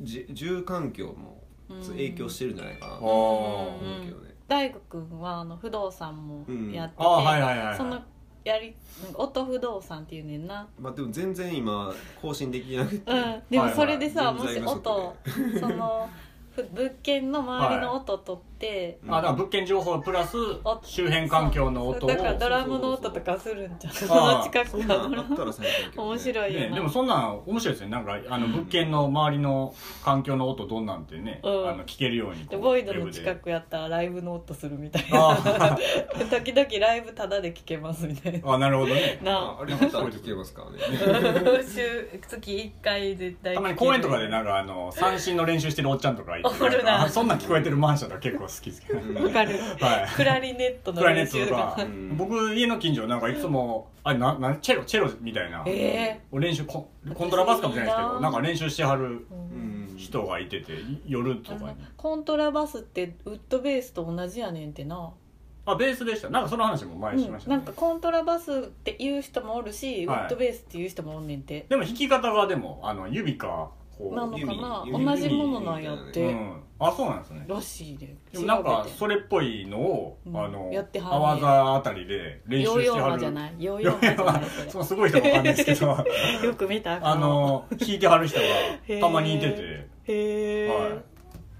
Speaker 3: じ住環境も
Speaker 1: うん
Speaker 3: 影響してるんじゃないかな
Speaker 2: あ
Speaker 3: と思
Speaker 2: ー
Speaker 1: うん
Speaker 3: うけどね、
Speaker 1: 大悟くんはあの不動産もやってて、
Speaker 2: あーはいはいはいはい
Speaker 1: そのやりなんか音不動産っていうねんな
Speaker 3: まあでも全然今更新できなくて、
Speaker 1: うんでもそれでさ、
Speaker 3: はいはい
Speaker 1: もし音そ のふ物件の周りの音取って、
Speaker 2: あだから物件情報プラス周辺環境の音を
Speaker 1: だからドラムの音とかするんじゃんその
Speaker 2: あー
Speaker 1: 近
Speaker 3: そ
Speaker 1: く
Speaker 3: ん
Speaker 1: か
Speaker 3: な
Speaker 1: ら
Speaker 3: んあったら最高やけど、ね、
Speaker 1: 面白いよな、
Speaker 2: ね、でもそんなん面白いですねなんかあの物件の周りの環境の音どんなんてね、
Speaker 1: うん
Speaker 2: あの聞けるように
Speaker 1: で
Speaker 2: こう
Speaker 1: ボイド
Speaker 2: ウェ
Speaker 1: の
Speaker 2: ブで
Speaker 1: 近くやったらライブの音するみたいな
Speaker 2: あ
Speaker 1: 時々ライブタダで聴けますみたいな
Speaker 2: ーあなるほ どね
Speaker 1: な
Speaker 3: ああれだったら聞けますからね
Speaker 4: 週月一回絶対
Speaker 2: たまに公園とかで
Speaker 4: な
Speaker 2: なんかあの三振の練習してるおっちゃんとかいて
Speaker 4: おるな
Speaker 2: あそんなん聞こえてるマンションとか結構好き好き
Speaker 1: わかる
Speaker 2: はい
Speaker 4: クラリネットの
Speaker 2: クライネ
Speaker 4: 練
Speaker 2: ット
Speaker 4: 習
Speaker 2: と
Speaker 4: と
Speaker 2: か
Speaker 4: か、
Speaker 3: うん
Speaker 2: 僕家の近所なんかいつもあれななチェロチェロみたいな、
Speaker 1: え
Speaker 2: お練習コンコントラバスかもしれないですけ
Speaker 4: いい
Speaker 2: ど
Speaker 4: な
Speaker 2: なんか練習してはる
Speaker 1: ー
Speaker 3: うん
Speaker 2: 人がいててい夜と
Speaker 1: あ
Speaker 2: か
Speaker 1: の
Speaker 2: に
Speaker 1: コントラバスってウッドベースと同じやねんってな、
Speaker 2: あベースでしたなんかその話も前にしまし
Speaker 1: うん
Speaker 2: た
Speaker 1: な
Speaker 2: ね、
Speaker 1: んかコントラバスって言う人もおるし、
Speaker 2: は
Speaker 1: ウ
Speaker 2: い
Speaker 1: ッドベースって言う人もおんねんて
Speaker 2: でも弾き方がでもあの指かこう
Speaker 1: なのか
Speaker 3: 弓
Speaker 1: な同じものなんやっ
Speaker 2: う
Speaker 1: て、
Speaker 2: ん、あそうなんですね
Speaker 1: らしいで
Speaker 2: でもなんか
Speaker 1: 調べて
Speaker 2: それっぽいのを、
Speaker 1: うん
Speaker 2: あの
Speaker 1: やってはんね
Speaker 2: アワザあたりで練
Speaker 1: ヨー
Speaker 2: 習して
Speaker 1: ヨー
Speaker 2: は
Speaker 1: マ
Speaker 2: る
Speaker 1: じゃないヨー
Speaker 2: いや
Speaker 1: ヨーマ
Speaker 2: い
Speaker 1: じゃない
Speaker 2: や
Speaker 1: そ
Speaker 2: そのすごい人はわかんないですけ ど
Speaker 1: れよく見た
Speaker 2: あの弾いてはる人
Speaker 1: へー
Speaker 2: がたまにいてて。
Speaker 1: へえ、
Speaker 2: は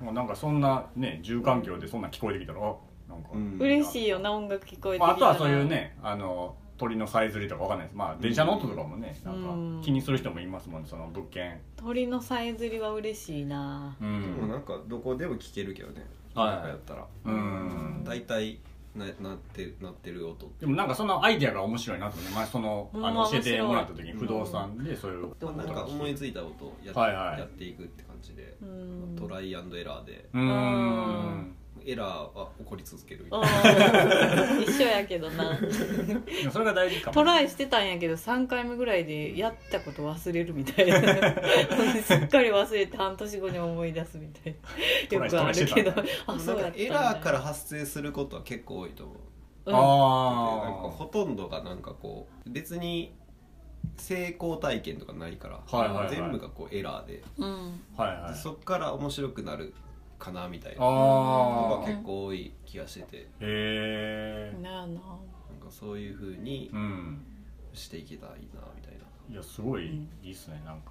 Speaker 2: い、もうなんかそんなね住環境でそんなん聞こえてきたらあなんか、
Speaker 3: うん
Speaker 1: 嬉しいよな音楽聞こえてきた
Speaker 2: ま
Speaker 1: ら
Speaker 2: あ、あとはそういうねあの鳥のさえずりとかわかんないですまあ電車の音とかもね、
Speaker 1: うん
Speaker 2: なんか気にする人もいますもんねその物件
Speaker 1: 鳥のさえずりは嬉しいな
Speaker 2: う
Speaker 3: でも
Speaker 2: ん、
Speaker 3: なんかどこでも聞けるけどね
Speaker 2: はい
Speaker 3: なんかやったら
Speaker 2: うん、
Speaker 3: 大体ななってなってる音
Speaker 2: でもなんかそのアイデアが面白いなと思って、まあ、その
Speaker 1: うん
Speaker 2: あの教え
Speaker 1: 面白
Speaker 2: て
Speaker 1: い
Speaker 2: もらった時に不動産でそういう
Speaker 1: どう
Speaker 3: まあなんか思いついた音をや,、
Speaker 2: はいはい
Speaker 3: やっていくって感じで
Speaker 1: う、ん
Speaker 3: トライアンドエラーで
Speaker 2: うーん
Speaker 1: うん
Speaker 3: エラーは起こり続けるみたいな
Speaker 1: うん 一緒やけどな
Speaker 2: でもそれが大事かも
Speaker 1: トライしてたんやけど3回目ぐらいでやったこと忘れるみ たいなすっかり忘れて半年後に思い出すみたい
Speaker 2: ト
Speaker 1: なよ
Speaker 2: ライ
Speaker 1: くあるけど
Speaker 2: トライ
Speaker 1: あ
Speaker 3: な
Speaker 1: そ
Speaker 3: ん
Speaker 1: うや
Speaker 3: か
Speaker 1: ったんだ
Speaker 3: エラーから発生することは結構多いと思う
Speaker 1: うん
Speaker 2: あ
Speaker 3: なんかほとんどがなんかこう別に成功体験とかないから、
Speaker 2: はいはいはい
Speaker 3: 全部がこうエラーで,で、
Speaker 1: うん
Speaker 2: あはいはい
Speaker 3: そっから面白くなるかなみたいなの
Speaker 2: あ
Speaker 3: が
Speaker 2: あへ
Speaker 3: 結構多い気がしてて
Speaker 2: え
Speaker 1: なあなあ
Speaker 3: なんかそういうふうに
Speaker 2: うん
Speaker 3: していけたらいいなみたいない
Speaker 2: やすごいいいっすねなんか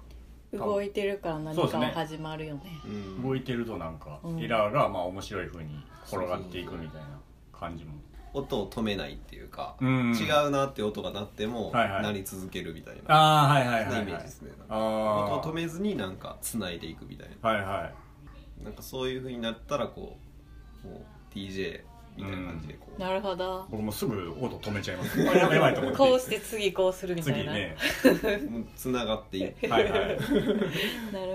Speaker 1: 動いてるから何
Speaker 2: そうです
Speaker 1: か
Speaker 2: ね
Speaker 1: は始まるよね
Speaker 3: うん
Speaker 2: 動いてるとなんか、
Speaker 1: うん
Speaker 2: エラーがまあ面白い風に転がっていくみたいな感じも
Speaker 3: 音を止めないっていうか、
Speaker 2: うん
Speaker 3: 違うなって音が鳴っても
Speaker 2: はいはい
Speaker 3: 鳴り続けるみたいな、
Speaker 2: ああはいはい
Speaker 3: そ
Speaker 2: は、
Speaker 3: んないイメ
Speaker 2: は
Speaker 3: ージ
Speaker 2: い
Speaker 3: ですね、なんか
Speaker 2: あ
Speaker 3: 音を止めずになんか繋いでいくみたいな
Speaker 2: あはいはい
Speaker 3: なんかそういう風になったらこうもう DJ みたいな感じでこう、
Speaker 1: なるほど
Speaker 2: 僕もすぐ音止めちゃいますやばいと思って
Speaker 1: こうして次こうするみた
Speaker 2: 次
Speaker 1: いな、
Speaker 2: ね
Speaker 3: もう繋がっていって
Speaker 2: はいはいや
Speaker 1: なる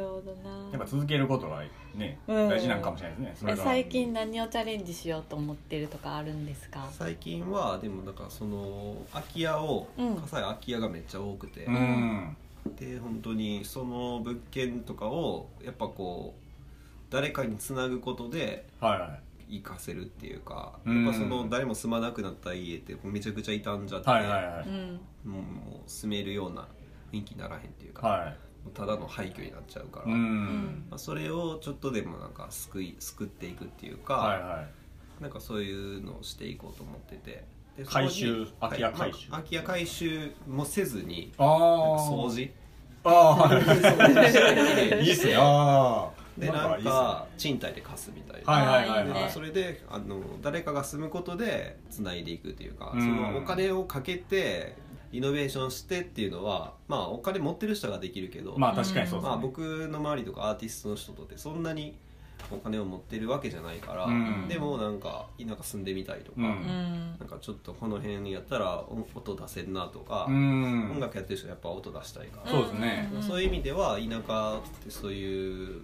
Speaker 1: ほどな
Speaker 2: っぱ続けることがね、
Speaker 1: うん
Speaker 2: 大事なんかもしれないですねそれ
Speaker 1: え
Speaker 2: が
Speaker 1: 最近何をチャレンジしようと思ってるとかあるんですか
Speaker 3: 最近はでもなんかその空き家を
Speaker 1: うん
Speaker 3: 葛西空き家がめっちゃ多くて、
Speaker 2: うん
Speaker 3: で本当にその物件とかをやっぱこう誰かに繋ぐことで
Speaker 2: はいはい
Speaker 3: 活かせるっていうか、
Speaker 2: うん
Speaker 3: やっぱその誰も住まなくなった家ってめちゃくちゃ傷んじゃって、
Speaker 2: はいはいは
Speaker 1: う
Speaker 2: い
Speaker 1: ん
Speaker 3: もうもう住めるような雰囲気にならへんっていうか、
Speaker 2: は
Speaker 3: ただの廃墟になっちゃうから、
Speaker 2: いうん、
Speaker 1: ん
Speaker 3: まあ、それをちょっとでもなんか救い救っていくっていうか、
Speaker 2: はいはい
Speaker 3: なんかそういうのをしていこうと思っててで
Speaker 2: 回収
Speaker 3: そこ
Speaker 2: 空き
Speaker 3: に
Speaker 2: 家回収
Speaker 3: はいまあ空き家回収もせずに
Speaker 2: ああ
Speaker 3: 掃 除
Speaker 2: ああーは
Speaker 3: 掃除して
Speaker 2: いいいっすねああ
Speaker 3: でなん
Speaker 2: いいっすね
Speaker 3: か賃貸で貸すみたいな、
Speaker 2: はいはいはい
Speaker 1: いい
Speaker 2: は
Speaker 3: で
Speaker 2: い
Speaker 1: ね
Speaker 3: それであの誰かが住むことでつないでいくというか、
Speaker 2: うん
Speaker 3: そのお金をかけてリノベーションしてっていうのはまあお金持ってる人ができるけど、
Speaker 2: まあ確かにそうですね、
Speaker 3: まあ僕の周りとかアーティストの人とってそんなにお金を持ってるわけじゃないから、
Speaker 2: うん
Speaker 3: でもなんか田舎住んでみたいとか、
Speaker 2: うん
Speaker 4: うん
Speaker 3: なんかちょっとこの辺やったら音音出せんなとか、
Speaker 2: うん
Speaker 3: 音楽やってる人はやっぱ音出したいから、
Speaker 2: そうですね
Speaker 4: うん
Speaker 3: そういう意味では田舎ってそういう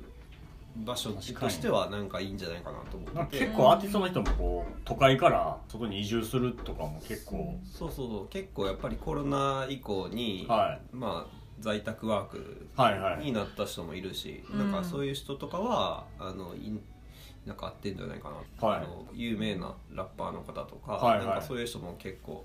Speaker 3: 場所としてはなんかいいんじゃないかなと思
Speaker 2: なんか
Speaker 3: ってて
Speaker 2: 結構アーティストの人もこう都会から外に移住するとかも結構
Speaker 3: そうそうそう結構やっぱりコロナ以降に、
Speaker 2: は
Speaker 3: まあ在宅ワーク
Speaker 2: はいはい
Speaker 3: になった人もいるし、
Speaker 4: うん
Speaker 3: なんかそういう人とかはあのいなんか合ってんじゃないかな、
Speaker 2: はい
Speaker 3: あの有名なラッパーの方とか、
Speaker 2: はいはい
Speaker 3: なんかそういう人も結構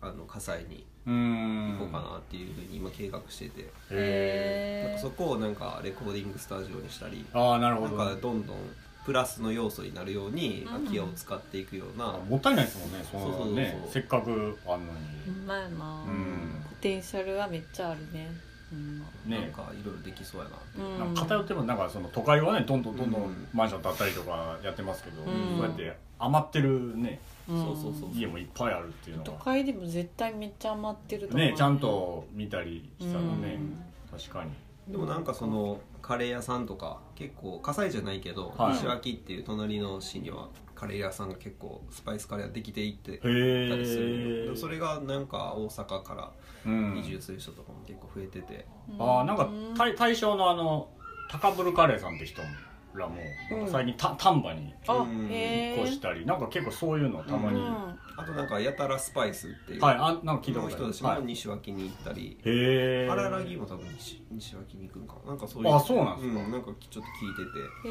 Speaker 3: あの火災に
Speaker 2: うーん
Speaker 3: 行こうかなっていうふうに今計画してて、
Speaker 2: へ
Speaker 3: なんか
Speaker 4: へ
Speaker 3: そこをなんかレコーディングスタジオにしたり
Speaker 2: えああなる
Speaker 3: な
Speaker 2: ほ
Speaker 3: ん
Speaker 2: ど
Speaker 3: かどんどんプラスの要素になるように
Speaker 4: うん
Speaker 3: 空き家を使っていくような、
Speaker 2: あもったいないですもんねそ
Speaker 3: そうそうそ
Speaker 2: の
Speaker 3: う
Speaker 2: ねせっかくあんの
Speaker 1: う
Speaker 2: に
Speaker 1: まいな、
Speaker 2: うん
Speaker 1: ポテンシャルはめっちゃあるね、うん
Speaker 3: なん
Speaker 2: ね
Speaker 3: かいろいろできそうやなっ
Speaker 1: う
Speaker 3: て
Speaker 1: ん
Speaker 2: なんか偏ってもなんかその都会はねどんどんどんど
Speaker 3: うんん
Speaker 2: マンション建ったりとかやってますけど
Speaker 1: ん
Speaker 2: こうやって余ってるね
Speaker 1: ん
Speaker 3: そうそうそう
Speaker 2: 家もいっぱいあるっていうの
Speaker 1: 都
Speaker 2: が
Speaker 1: 会でも絶対めっちゃ余ってると思う
Speaker 2: ねちゃんと見たりしたらね
Speaker 1: うん
Speaker 2: 確かに
Speaker 3: でもなんかそのカレー屋さんとか結構火災じゃないけど、
Speaker 2: はい
Speaker 3: 西脇っていう隣の市にはカレー屋さんが結構スパイスカレーができていってたりする
Speaker 2: へ
Speaker 3: よ
Speaker 2: え
Speaker 3: それがなんか大阪から
Speaker 2: うん
Speaker 3: 移住する人とかも結構増えてて、
Speaker 2: ああなんか
Speaker 1: うん
Speaker 2: 対対象のあの高ブルカレーさんって人もらもなん
Speaker 1: う
Speaker 2: か
Speaker 1: ん
Speaker 2: 最近た丹波に
Speaker 1: あ
Speaker 3: うん
Speaker 1: へ
Speaker 2: 越し
Speaker 1: え
Speaker 2: たりなんか結構そういうのたま
Speaker 1: う
Speaker 2: に、
Speaker 1: ん
Speaker 2: は
Speaker 3: あとなんかやたらスパイスってい、
Speaker 2: いうあなんか聞いたことあ
Speaker 3: の人
Speaker 2: る
Speaker 3: たち
Speaker 2: は
Speaker 3: も
Speaker 2: い、
Speaker 3: 西脇に行ったり、
Speaker 2: へえ
Speaker 3: 荒木も多分西西脇に行くんかななんかそういう
Speaker 2: あそうなんですか
Speaker 3: なんかちょっと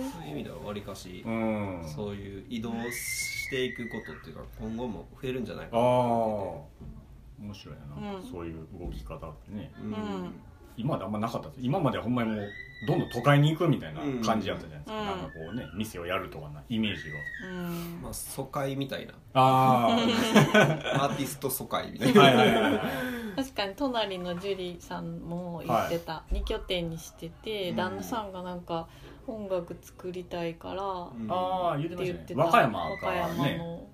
Speaker 1: へ
Speaker 3: いてて
Speaker 1: え
Speaker 3: そういう意味ではわりかし、
Speaker 2: うん
Speaker 3: そういう移動していくことっていうのは今後も増えるんじゃないか
Speaker 2: ああ
Speaker 3: な
Speaker 2: 面白いな、
Speaker 1: うん
Speaker 2: そういう動き方ってね
Speaker 3: うん
Speaker 1: うん
Speaker 2: 今まであんまなかったです今まではほんまにもうどんどん都会に行くみたいな感じやったじゃないですか、
Speaker 1: うん
Speaker 2: なんかこうね店をやるとかなイメ ージが
Speaker 1: うん
Speaker 3: まあ疎開み たいな
Speaker 2: あ
Speaker 3: アーティスト疎開みたい
Speaker 2: あ
Speaker 3: な
Speaker 2: はいはいはいはい
Speaker 1: 確かに隣のジュリーさんも言ってた、二拠点にしてて、
Speaker 3: うん
Speaker 1: 旦那さんがなんか音楽作りたいから、
Speaker 3: うん
Speaker 2: ああ言っ
Speaker 1: ってて
Speaker 2: まし
Speaker 1: 言った
Speaker 2: ね
Speaker 1: てた
Speaker 2: 和歌山か
Speaker 1: 和歌
Speaker 2: ら
Speaker 1: 山
Speaker 2: ね
Speaker 1: の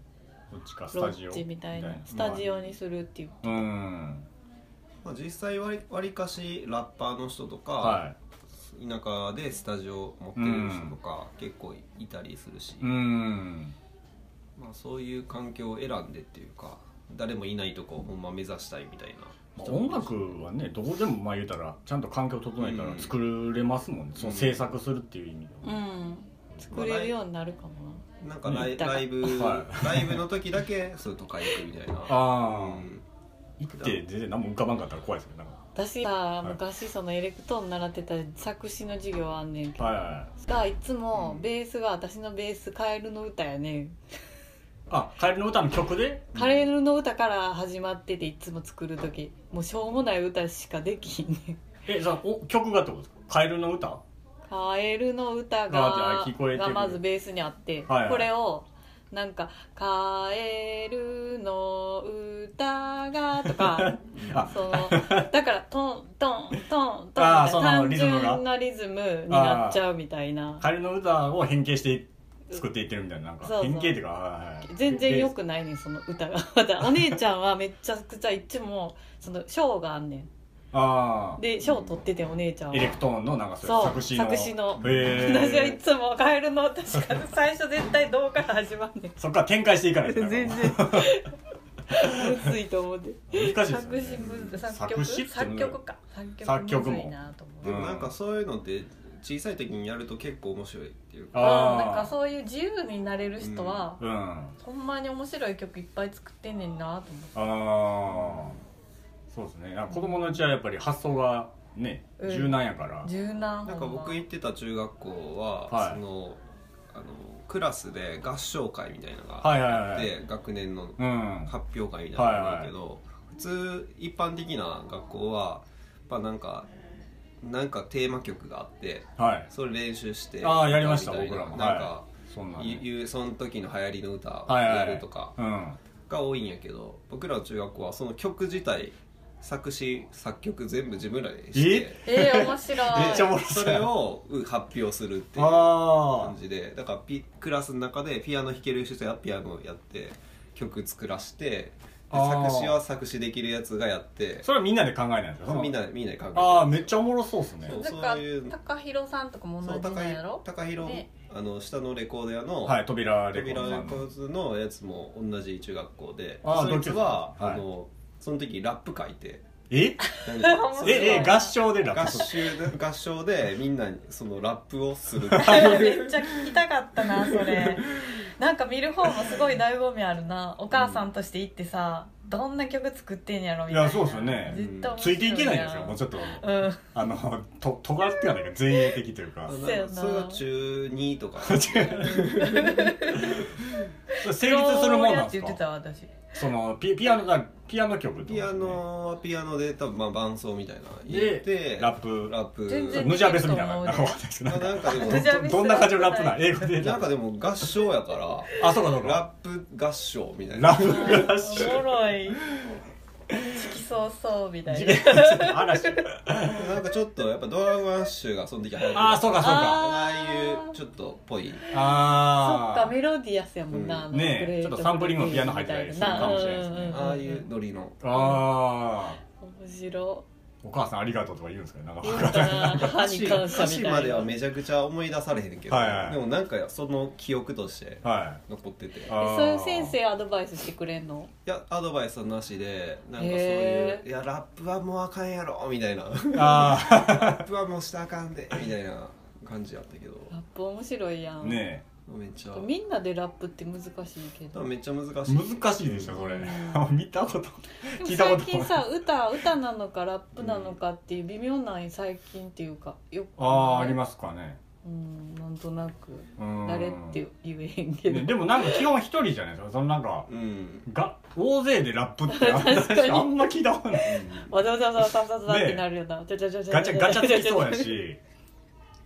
Speaker 2: どっちかス
Speaker 1: ロ
Speaker 2: タジ
Speaker 1: ッ
Speaker 2: オ
Speaker 1: ジみたいなス
Speaker 3: みたいな
Speaker 1: タジオにするっていう、
Speaker 2: うん
Speaker 3: まあ、実際わりわりかしラッパーの人とか、
Speaker 2: は
Speaker 3: 田舎でスタジオ持ってる人とか結構いたりするし、
Speaker 2: いうん
Speaker 3: まあ、そういう環境を選んでっていうか誰もいないとこをほんま目指したいみたい
Speaker 2: ま
Speaker 3: な
Speaker 2: あ音楽はねどこでもまあ言うたらちゃんと環境整えたら作れますもんね、その制作するっていう意味で
Speaker 1: う
Speaker 2: は、
Speaker 1: ん、作れるようになるかも
Speaker 3: なんかライ
Speaker 1: うん
Speaker 3: ライブ、
Speaker 2: は
Speaker 3: ライブの時 だけそういうとか行くみたいな
Speaker 2: ああ、
Speaker 3: うん
Speaker 2: 行って全然何も浮かばんかったら怖いですよねなんか
Speaker 1: な私さ
Speaker 2: い
Speaker 1: 昔そのエレクトーン習ってた作詞の授業あんねんけど、
Speaker 2: はいはいはい
Speaker 1: がいつも
Speaker 3: うん
Speaker 1: ベースが私のベース「カエルの歌」やねん
Speaker 2: あカエルの歌の曲で
Speaker 1: 「カエルの歌」から始まってていつも作る時もうしょうもない歌しかできひんねん
Speaker 2: えじゃあお曲がってことですかカエルの歌
Speaker 1: 「カエルの歌
Speaker 2: が
Speaker 1: が」
Speaker 2: 聞こえてく
Speaker 1: が
Speaker 2: る
Speaker 1: まずベースにあって、
Speaker 2: はいはい
Speaker 1: これをなんか「カエルの歌が」と か
Speaker 2: あ
Speaker 1: そのだからトントントントンみ
Speaker 2: あ
Speaker 1: た
Speaker 2: ー
Speaker 1: い
Speaker 2: そ
Speaker 1: な単
Speaker 2: のリズムが
Speaker 1: 純なリズムになっちゃうみたいな
Speaker 2: カエルの歌を変形して作っていってるみたいななんか
Speaker 1: そうそう
Speaker 2: 変形っていうかはいはい
Speaker 1: 全然よくないねんその歌が またお姉ちゃんはめっちゃくちゃいつもその賞があんねん
Speaker 2: あ
Speaker 1: で賞取っててお姉ちゃん
Speaker 2: あ
Speaker 1: は
Speaker 2: エレクトーンのなんかそうい
Speaker 1: そう
Speaker 2: う作詞の
Speaker 1: 作詞の
Speaker 2: へー
Speaker 1: 私はいつもカエルの確か最初絶対「どう」から始まんねん
Speaker 2: そっから展開していかないと
Speaker 1: 全然むずいと思って
Speaker 2: 難しい
Speaker 4: 作
Speaker 2: で
Speaker 4: 詞
Speaker 2: すよね
Speaker 4: むず作
Speaker 2: 作
Speaker 4: 曲
Speaker 2: 詞
Speaker 4: 作
Speaker 2: っていうの
Speaker 4: 曲か作曲
Speaker 2: 作曲も
Speaker 4: むずいなと思う
Speaker 3: でもなんかそういうのって小さい時にやると結構面白いっていうか
Speaker 2: あ
Speaker 4: うん
Speaker 2: ー
Speaker 4: なんかそういう自由になれる人は、
Speaker 2: うんあ
Speaker 4: ほんまに面白い曲いっぱい作ってんねんなと思って
Speaker 2: あそうですねなんか子供のうちはやっぱり発想がね
Speaker 4: うん
Speaker 2: 柔軟やから
Speaker 4: 柔軟
Speaker 3: なん
Speaker 4: ほ
Speaker 3: か
Speaker 4: んま
Speaker 3: 僕行ってた中学校は、
Speaker 2: はい
Speaker 3: そのあのクラスで合唱会みたいなのがあっ
Speaker 2: はいはい
Speaker 3: て、
Speaker 2: はい
Speaker 3: 学年の
Speaker 2: うん
Speaker 3: 発表会みたいなのがあるけど、普通一般的な学校はやっぱなんかなんかテーマ曲があって
Speaker 2: はい
Speaker 3: それ練習して
Speaker 2: ああやりました
Speaker 3: みいな
Speaker 2: 僕らも
Speaker 3: なんか、
Speaker 2: はそんなね
Speaker 3: いいうその時の流行りの歌
Speaker 2: は
Speaker 3: を
Speaker 2: いはいは
Speaker 3: や
Speaker 2: い
Speaker 3: るとか
Speaker 2: うん
Speaker 3: が多いんやけど僕らの中学校はその曲自体作詞作曲全部自分らで して
Speaker 4: えー、面白い
Speaker 2: めっちゃおもろい
Speaker 3: それをうん発表するっていう
Speaker 2: あ
Speaker 3: 感じでだからピクラスの中でピアノ弾ける人やピアノやって曲作らしてで
Speaker 2: あー
Speaker 3: 作詞は作詞できるやつがやって
Speaker 2: あそれはみんなで考えないんですかその
Speaker 3: みんなみんなで考えて
Speaker 2: ああめっちゃおもろそうですね
Speaker 3: そう
Speaker 4: なんか
Speaker 3: いう
Speaker 4: 高弘さんとかも
Speaker 3: そ
Speaker 4: 同
Speaker 3: う
Speaker 4: じ
Speaker 3: 高
Speaker 4: なん
Speaker 3: い
Speaker 4: やろ
Speaker 3: 高弘
Speaker 4: ね
Speaker 3: あの下のレコード屋の、
Speaker 2: はい扉レコー
Speaker 3: 扉
Speaker 2: ド
Speaker 3: レ
Speaker 2: さん
Speaker 3: コ
Speaker 2: の
Speaker 3: ーズのやつも同じ中学校で
Speaker 2: あー
Speaker 3: そいつは、
Speaker 2: 同級生
Speaker 3: あのその時ラップ書いて
Speaker 2: え
Speaker 3: なんか
Speaker 4: 面
Speaker 3: そ
Speaker 4: 白
Speaker 3: れ
Speaker 4: い
Speaker 2: ええ合唱でラ
Speaker 3: 合
Speaker 2: ップ
Speaker 3: 唱 で合唱でみんなにそのラップをするっ て
Speaker 4: め
Speaker 3: いう
Speaker 4: っちゃ聞きたかったなそれなんか見る方もすごい醍醐味あるなお母さんとして行ってさどんな曲作ってんやろみたいない
Speaker 2: やそうですよね
Speaker 4: 絶対面
Speaker 2: つ
Speaker 4: 白
Speaker 2: いていけないじゃないですかもうちょっとあのと尖ってはないか前衛的というか
Speaker 3: あ
Speaker 4: そうやな
Speaker 3: それが中2とか
Speaker 4: うん
Speaker 2: それ 成立するもん
Speaker 4: や
Speaker 2: な
Speaker 4: っ
Speaker 2: ん
Speaker 4: て
Speaker 2: で
Speaker 4: 言って
Speaker 2: すか
Speaker 4: た私
Speaker 2: そのピピアノがピアノ曲ってこと
Speaker 3: ピ
Speaker 2: ですね
Speaker 3: アノはピアノで多分まあ伴奏みたいなの入れて
Speaker 2: でラップ
Speaker 3: ラップ
Speaker 4: 全然
Speaker 2: ヌジャベスみたい
Speaker 4: 全
Speaker 2: な
Speaker 4: 然
Speaker 2: なんかわかんないですけど
Speaker 3: まあなんか でも
Speaker 4: ヌジャベ
Speaker 2: どどんな感じのラップなん英語で
Speaker 3: なんかでも合唱やから
Speaker 2: あそうかそうか
Speaker 3: ラップ合唱みたいな
Speaker 2: ラップ合唱
Speaker 4: おもろいチキソーソーみたい
Speaker 2: 次
Speaker 4: な
Speaker 2: 元の嵐
Speaker 3: なんかちょっとやっぱドラムアッシュがその時流行ってた
Speaker 2: ああそうかそうか
Speaker 3: ああいうちょっとっぽい
Speaker 1: そ
Speaker 2: あ
Speaker 1: っ
Speaker 2: あ
Speaker 1: かメロディアスやもんな、
Speaker 3: うん
Speaker 1: あの
Speaker 2: ねえ
Speaker 1: グレート
Speaker 2: ちょっとサンプリングのピアノ入ってたりするかもしれないですね
Speaker 1: うんうんうん
Speaker 3: ああいうノリの
Speaker 2: ああ
Speaker 1: 面白
Speaker 2: お母さんありがとうとか言うんですかねなんか
Speaker 1: い言うかな歯に感謝みた
Speaker 3: 歌
Speaker 1: い
Speaker 3: 詞
Speaker 1: な
Speaker 3: まではめちゃくちゃ思い出されへんけど、
Speaker 2: はいはい
Speaker 3: でもなんかその記憶として
Speaker 2: は
Speaker 3: 残っててい
Speaker 2: い
Speaker 1: え
Speaker 2: あー
Speaker 1: そういう先生アドバイスしてくれんの
Speaker 3: やアドバイスはなしでなんかそういう
Speaker 1: へ
Speaker 3: 「
Speaker 1: ー
Speaker 3: いや ラップはもうあかんやろ」みたいな「ラ
Speaker 2: ああ
Speaker 3: ップはもうしたらあかんで」みたいな感じやったけど
Speaker 1: ラップ面白いやん、
Speaker 2: ね
Speaker 3: めっちゃ
Speaker 1: みんなでラップって難しいけど
Speaker 3: めっちゃ難し
Speaker 2: え
Speaker 3: い
Speaker 2: 難しいでしょそれ
Speaker 1: うん
Speaker 2: 見たこと
Speaker 1: でも
Speaker 2: 聞いたこと
Speaker 1: 最近さ歌歌なのかラップなのかっていう微妙な最近っていうかよく
Speaker 2: あああり
Speaker 1: す
Speaker 2: ますかね
Speaker 1: うんなんとなく
Speaker 2: うん
Speaker 1: 誰って言えへんけど、
Speaker 2: ねでもなんか基本一人じゃないですかそのなんか
Speaker 3: うん
Speaker 2: が大勢でラップってあんま
Speaker 1: 確かに
Speaker 2: あんま聞いたことない
Speaker 1: わざわざわざわざわざわざってなるよな、ちゃちゃちゃちゃ
Speaker 2: ガチャガチャつきそうやし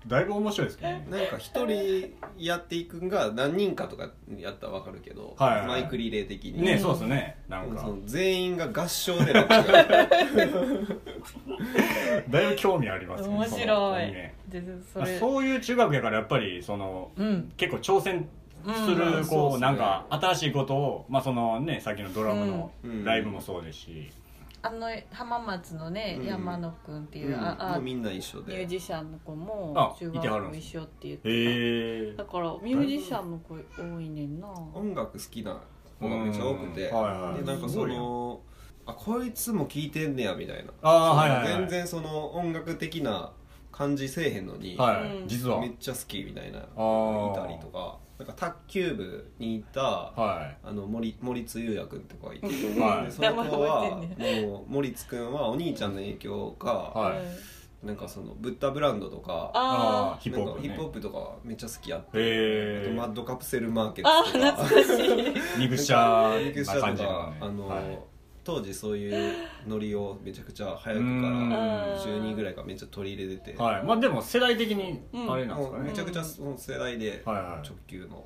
Speaker 2: だいぶ面白いですけどね
Speaker 3: なんか一人やっていくんが何人かとかやったらわかるけど、
Speaker 2: はいはい
Speaker 3: マイクリレー的に
Speaker 2: ねえそうですねなん
Speaker 3: そ
Speaker 2: か
Speaker 3: の全員が合唱でラッ プが
Speaker 2: だいぶ興味ありますね
Speaker 4: 面
Speaker 2: その
Speaker 4: 白い
Speaker 2: ね
Speaker 4: でそ
Speaker 2: まあ
Speaker 4: れ
Speaker 2: そういう中学やからやっぱりその
Speaker 4: うん
Speaker 2: 結構挑戦す
Speaker 3: うんうん
Speaker 2: る
Speaker 3: そうっ
Speaker 2: こう
Speaker 3: すね
Speaker 2: なんか新しいことをまあそのねさっきのドラムの
Speaker 3: うん
Speaker 2: ライブもそうですし
Speaker 4: あの浜松のね、
Speaker 3: うん
Speaker 4: 山野くんっていう、
Speaker 3: うん
Speaker 4: あ
Speaker 3: も
Speaker 4: あ
Speaker 3: うみんな一緒
Speaker 1: ミュー
Speaker 3: で
Speaker 1: ジシャンの子も
Speaker 2: あ
Speaker 1: 中
Speaker 2: いては
Speaker 1: 学
Speaker 2: るん
Speaker 1: 校
Speaker 2: で
Speaker 1: 一
Speaker 2: す
Speaker 1: 緒って言ってた、
Speaker 2: へえ
Speaker 1: だからミュージシャンの子多いねんな
Speaker 3: 音楽好きな子がめっちゃ多くて、
Speaker 2: うんはいはい
Speaker 3: でなんか
Speaker 2: す
Speaker 3: そ
Speaker 2: ごい
Speaker 3: のあこいつも聴いてんねやみたいな
Speaker 2: ああはいはいはい
Speaker 3: 全然その音楽的な感じせえへんのに、
Speaker 2: はい
Speaker 1: うん
Speaker 2: 実は
Speaker 3: めっちゃ好きみたいな
Speaker 2: ー
Speaker 3: いたりとかなんか卓球部にいた
Speaker 2: は
Speaker 3: あの森森津優也君と かいて、
Speaker 2: はい
Speaker 3: でその子は
Speaker 1: 名前覚え
Speaker 3: もう森津君はお兄ちゃんの影響か、
Speaker 2: いは
Speaker 1: う
Speaker 2: い
Speaker 1: ん
Speaker 3: なんかそのブッダブランドとか
Speaker 2: あ
Speaker 1: あ
Speaker 2: あ
Speaker 1: ー
Speaker 2: ヒップホップ
Speaker 3: なんかヒッ
Speaker 2: ね
Speaker 3: プホップとかめっちゃ好きやって、
Speaker 2: へ
Speaker 3: あとマッ
Speaker 2: え
Speaker 3: ドカプセルマーケッ
Speaker 1: あ
Speaker 3: ト
Speaker 1: ー
Speaker 3: とか
Speaker 1: 懐かしい
Speaker 2: 肉車
Speaker 3: ミクシ
Speaker 2: な
Speaker 3: ャ
Speaker 2: 感
Speaker 3: と
Speaker 2: じの
Speaker 3: か
Speaker 2: ね
Speaker 3: あの、
Speaker 2: はい
Speaker 3: 当時そういうノリをめちゃくちゃ早
Speaker 2: う
Speaker 3: くか
Speaker 2: ん
Speaker 3: ら
Speaker 1: あー
Speaker 3: 10人ぐらいからめっちゃ取り入れてて、
Speaker 2: はい、まあでも世代的にあれなんで
Speaker 3: も
Speaker 2: すか
Speaker 3: う
Speaker 2: ね、
Speaker 3: めちゃくちゃその世代で
Speaker 2: はい
Speaker 3: 直
Speaker 2: はい
Speaker 3: 球の、